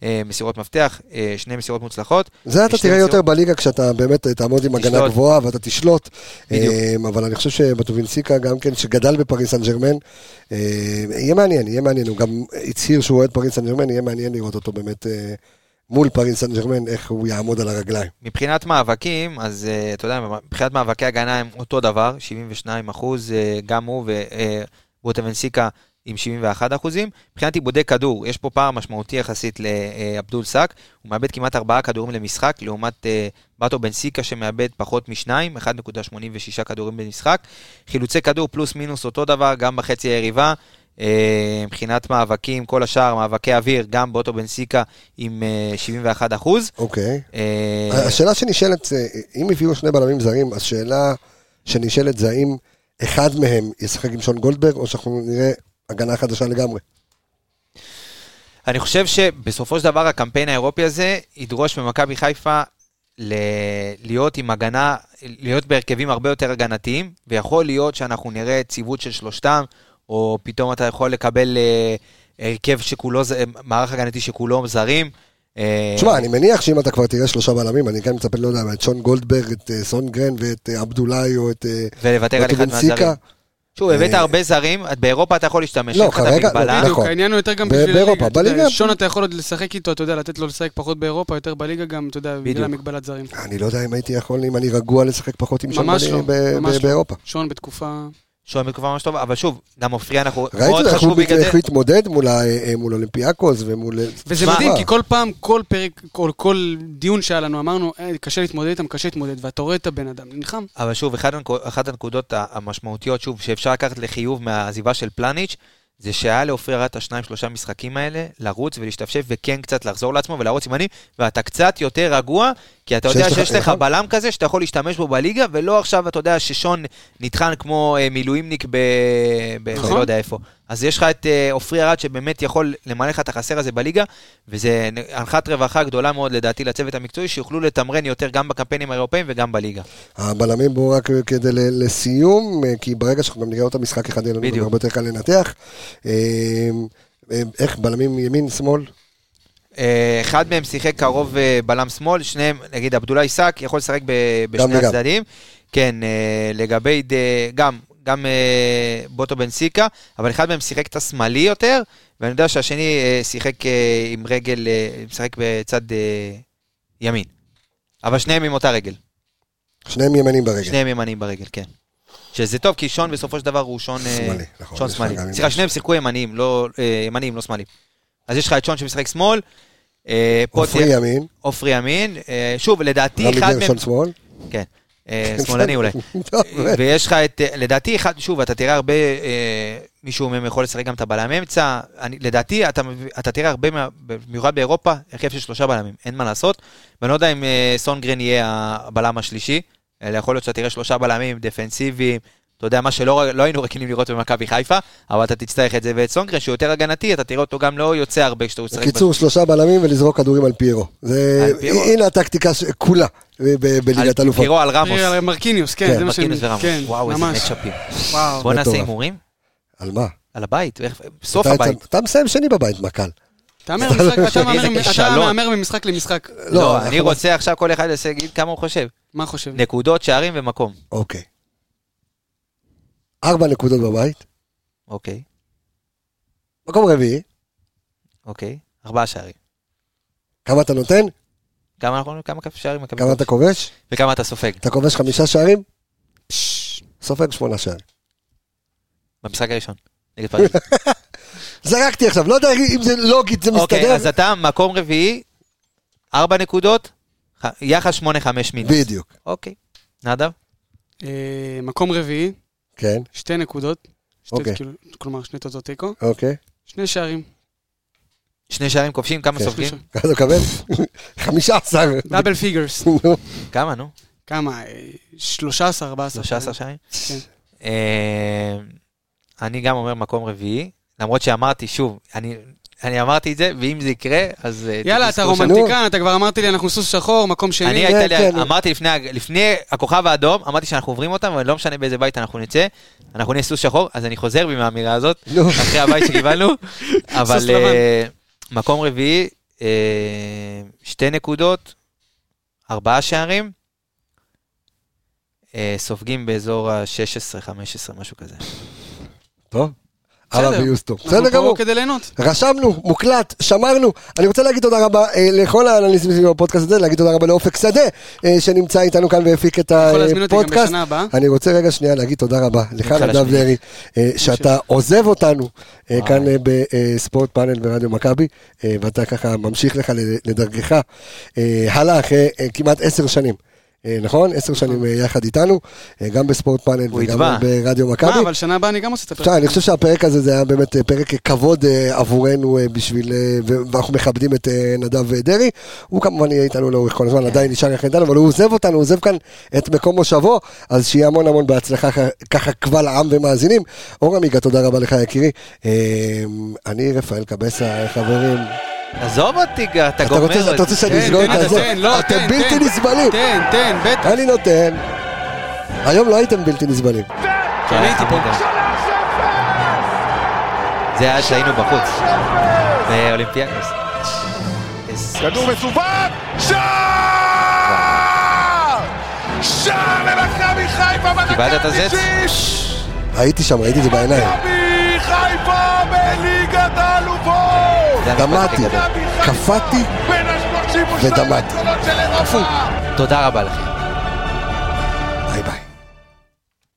למסירות מפתח, uh, שני מסירות מוצלחות. זה אתה שתי תראה מסירות- יותר בליגה כשאתה באמת תעמוד עם הגנה תשלוט. גבוהה ואתה תשלוט. בדיוק. אמ, אבל אני חושב שבטובינסיקה גם כן, שגדל בפריס סן ג'רמן, אמ, יהיה מעניין, יהיה מעניין, הוא גם הצהיר שהוא אוהד פריס סן ג'רמן, יהיה מעניין לראות אותו באמת אה, מול פריס סן ג'רמן, איך הוא יעמוד על הרגליים. מבחינת מאבקים, אז uh, אתה יודע, מבחינת מאבקי הגנה הם אותו דבר, 72 אחוז, uh, גם הוא ובוטוונסיקה עם 71 אחוזים. מבחינת עיבודי כדור, יש פה פער משמעותי יחסית לעבדול סאק, הוא מאבד כמעט ארבעה כדורים למשחק, לעומת uh, באטו בן סיקה שמאבד פחות משניים, 1.86 כדורים במשחק. חילוצי כדור פלוס מינוס אותו דבר, גם בחצי היריבה. אה, מבחינת מאבקים, כל השאר, מאבקי אוויר, גם באוטו בן סיקה עם אה, 71 אחוז. אה, אוקיי. השאלה שנשאלת, זה, אם הביאו שני בלמים זרים, השאלה שנשאלת זה האם אחד מהם ישחק עם שון גולדברג, או שאנחנו נראה הגנה חדשה לגמרי. אני חושב שבסופו של דבר הקמפיין האירופי הזה ידרוש ממכבי חיפה ל... להיות עם הגנה, להיות בהרכבים הרבה יותר הגנתיים, ויכול להיות שאנחנו נראה ציוות של שלושתם, או פתאום אתה יכול לקבל אה, הרכב שכולו, ז- מערך הגנתי שכולו זרים. אה, תשמע, אני מניח שאם אתה כבר תראה שלושה בלמים, אני כן מצפה, לא יודע, את שון גולדברג, את אה, סונגרן ואת אה, עבדולאי או את... אה, ולוותר על את אחד בן סיקה. מהזרים. שוב, הבאת אה, הרבה זרים, את- באירופה אתה יכול להשתמש, לא, אין לך את כרגע- המגבלה. נכון. בדיוק, העניין הוא יותר גם ב- בשביל הליגה. באירופה, אתה יודע, בליגה- שון אתה יכול עוד לשחק איתו, אתה יודע, לתת לו לשחק פחות באירופה, יותר בליגה גם, אתה יודע, בגלל בדיוק. המגבלת זרים. אני לא יודע אם הייתי יכול, אם אני רגוע לשחק פחות עם שון ממש בלמים לא, ב- ממש ב- לא. באירופה. שון בתקופה... שוער בתקופה ממש טובה, אבל שוב, גם עופרי אנחנו מאוד ראית איך חשבו הוא מת- בגלל זה. איך הוא התמודד מול ה- אה, מול אולימפיאקוס ומול... אה, וזה תשמע, מדהים, כי כל פעם, כל פרק, כל, כל דיון שהיה לנו, אמרנו, "אה, קשה להתמודד איתם, קשה להתמודד, ואתה רואה את הבן אדם, נלחם. אבל שוב, אחד הנקו- אחת הנקודות ה- המשמעותיות, שוב, שאפשר לקחת לחיוב מהעזיבה של פלניץ', זה שהיה לעופרי ארד את השניים-שלושה משחקים האלה, לרוץ ולהשתפשף וכן קצת לחזור לעצמו ולרוץ ימני, ואתה קצת יותר רגוע, כי אתה יודע שיש לך- שיש לך נכון. בלם כזה שאתה יכול להשתמש בו בליגה, ולא עכשיו, אתה יודע, ששון נטחן כמו אה, מילואימניק ב... ב... נכון. לא יודע איפה. אז יש לך את אה, עופרי ארד שבאמת יכול למלא לך את החסר הזה בליגה, וזה נ- אנחת רווחה גדולה מאוד לדעתי לצוות המקצועי, שיוכלו לתמרן יותר גם בקמפיינים האירופאים וגם בליגה. אה, הבלמים בו רק כדי ל- לסיום, אה, כי ברגע שאנחנו גם נראה אותם משחק אחד, יהיה לנו גם בדיוק. הרבה יותר קל לנתח. אה, אה, איך, בלמים ימין, שמאל? אה, אחד מהם שיחק קרוב אה, בלם שמאל, שניהם, נגיד עבדולאי סאק, יכול לשחק ב- בשני וגם. הצדדים. כן, אה, לגבי, ד- גם, גם אה, בוטו בן סיקה, אבל אחד מהם שיחק את השמאלי יותר, ואני יודע שהשני אה, שיחק אה, עם רגל, אה, משחק בצד אה, ימין. אבל שניהם עם אותה רגל, שניהם ימנים ברגל. שניהם ימניים ברגל, כן. שזה טוב, כי שון בסופו של דבר הוא שון... אה, שמאלי, נכון. שון יש לך שמאלי. גם סליחה, עם- שניהם שיחקו ימניים, לא אה, ימניים, לא שמאליים. אז יש לך את שון שמשחק שמאל, אה, פה עופרי תהיה ימין, עופרי ימין, אה, שוב, לדעתי רמי אחד גרשון מהם, שמאל. כן, אה, שמאלני אולי, טוב, ויש לך את, אה, לדעתי אחד, שוב, אתה תראה הרבה, אה, מישהו מהם יכול לשחק גם את הבלם אמצע, אני- לדעתי אתה מב- אתה תראה הרבה, מה- במיוחד באירופה, הרכב של שלושה בלמים, אין מה לעשות, ואני לא יודע אם אה, סונגרן יהיה הבלם השלישי, אלא יכול להיות שאתה תראה שלושה בלמים דפנסיביים, אתה יודע, מה שלא לא היינו רגילים לראות במכבי חיפה, אבל אתה תצטרך את זה, ואת סונגרן, שהוא יותר הגנתי, אתה תראה אותו גם לא יוצא הרבה כשאתה משחק קיצור, שלושה בלמים ולזרוק כדורים על פיירו. זה... על פיירו. הנה הטקטיקה ש- כולה ב- ב- על בליגת אלופות. פירו, על רמוס. תראה, על מרקיניוס, כן, זה מה שאני... מרקינוס ורמוס. כן, וואו, איזה ממש. מצ'אפים. וואו. בוא נעשה מטורף. הימורים על מה? על הבית, איך- סוף אתה- הבית. אתה מסיים שני בבית, מה קל? תהמר משחק- אתה שני מהמר- זה אתה כישלון. מהמר ממשחק למשחק. לא, אנחנו- אני רוצה עכשיו כל אחד יעשה- יגיד כמה הוא חושב. מה חושב? נקודות, שערים ומקום. אוקיי. ארבע נקודות בבית, אוקיי, מקום רביעי, אוקיי. ארבעה שערים. כמה אתה נותן? כמה אנחנו- כמה שערים מכבי כמה אתה כובש? כובש? וכמה אתה סופג. אתה כובש חמישה שערים? סופג שמונה שערים. במשחק הראשון. נגד פריז. זרקתי עכשיו, לא יודע אם זה לוגית, זה אוקיי, מסתדר. אז אתה מקום רביעי, ארבע נקודות, ח- יחס שמונה חמש מינוס. בדיוק, אוקיי. נדב? אה, מקום רביעי, כן, שתי נקודות. שתי- אוקיי. כאילו, כלומר, שני תוצאות תיקו. אוקיי. שני שערים. שני שערים כובשים, כמה כן. סופגים? כמה אתה מקבל? חמישה עשר. דאבל פיגרס. כמה, נו? כמה? אה, 13, 14. 13 שערים? כן. אה, אני גם אומר מקום רביעי, למרות שאמרתי, שוב, אני... אני אמרתי את זה, ואם זה יקרה, אז... אה, יאללה, אתה תזכרו שאני- רומנטיקן, אתה כבר אמרת לי, אנחנו סוס שחור, מקום שני. אני הייתה כן, כן. לי, אמרתי לפני, ה- לפני הכוכב האדום, אמרתי שאנחנו עוברים אותם, אבל לא משנה באיזה בית אנחנו נצא, אנחנו נהיה סוס שחור, אז אני חוזר בי מהאמירה הזאת, נו. אחרי הבית שקיבלנו, אבל לבן. אה, מקום רביעי, אה, שתי נקודות, ארבעה שערים, אה, סופגים באזור ה-16-15, משהו כזה. טוב. בסדר. הלאה ביוסטון. אנחנו בסדר פה גמור. כדי ליהנות. רשמנו, מוקלט, שמרנו. אני רוצה להגיד תודה רבה אה, לכל האנליסטים סביב הפודקאסט הזה, להגיד תודה רבה לאופק שדה, אה, שנמצא איתנו כאן והפיק את יכול להזמין אותי גם הפודקאסט. בשנה הבאה. אני רוצה רגע שנייה להגיד תודה רבה לך, מיכל נדב השמיני. דרעי, אה, שאתה עוזב אותנו אה, וואי. כאן אה, בספורט פאנל ברדיו מכבי, אה, ואתה ככה ממשיך לך ל- לדרכך אה, הלאה אחרי אה, כמעט עשר שנים. אה, נכון? עשר שנים אה, יחד איתנו, אה, גם בספורט פאנל הוא וגם יתבע. ברדיו מה, מכבי. אבל שנה הבאה אני גם עושה את הפרק. עכשיו, אני חושב שהפרק הזה זה היה באמת אה, פרק אה, כבוד אה, עבורנו אה, בשביל, אה, ו- ואנחנו מכבדים את אה, נדב אה, דרעי. הוא כמובן יהיה איתנו לאורך כל הזמן, עדיין נשאר יחד איתנו, אבל הוא עוזב אותנו, הוא עוזב כאן את מקום מושבו, אז שיהיה המון המון בהצלחה כ- ככה קבל עם ומאזינים. אור עמיגה, תודה רבה לך יקירי. אה, אני רפאל קבסה, חברים. עזוב אותי, אתה אתה גומר רוצה- אתה רוצה אותי. שאני כן. תן, אסגור תן, את הזה? תן, לא, אתם תן, בלתי תן. נסבלים. תן, תן, בטח. אני נותן. היום לא הייתם בלתי נסבלים. כן, אני הייתי פה. תמיד. זה היה שהיינו בחוץ, אה, באולימפיאקוס. איזה- כדור מסובב, שער! שער למכבי חיפה קיבלת בדקה את הזץ? התשעים! הייתי שם, ראיתי את זה בעיניים. מכבי חיפה בליגת האלופות! זה המשפט הכי דמעתי, גדול. קפאתי בין ה- 32 ודמעתי. הגדולות של אירופה! תודה רבה לכם.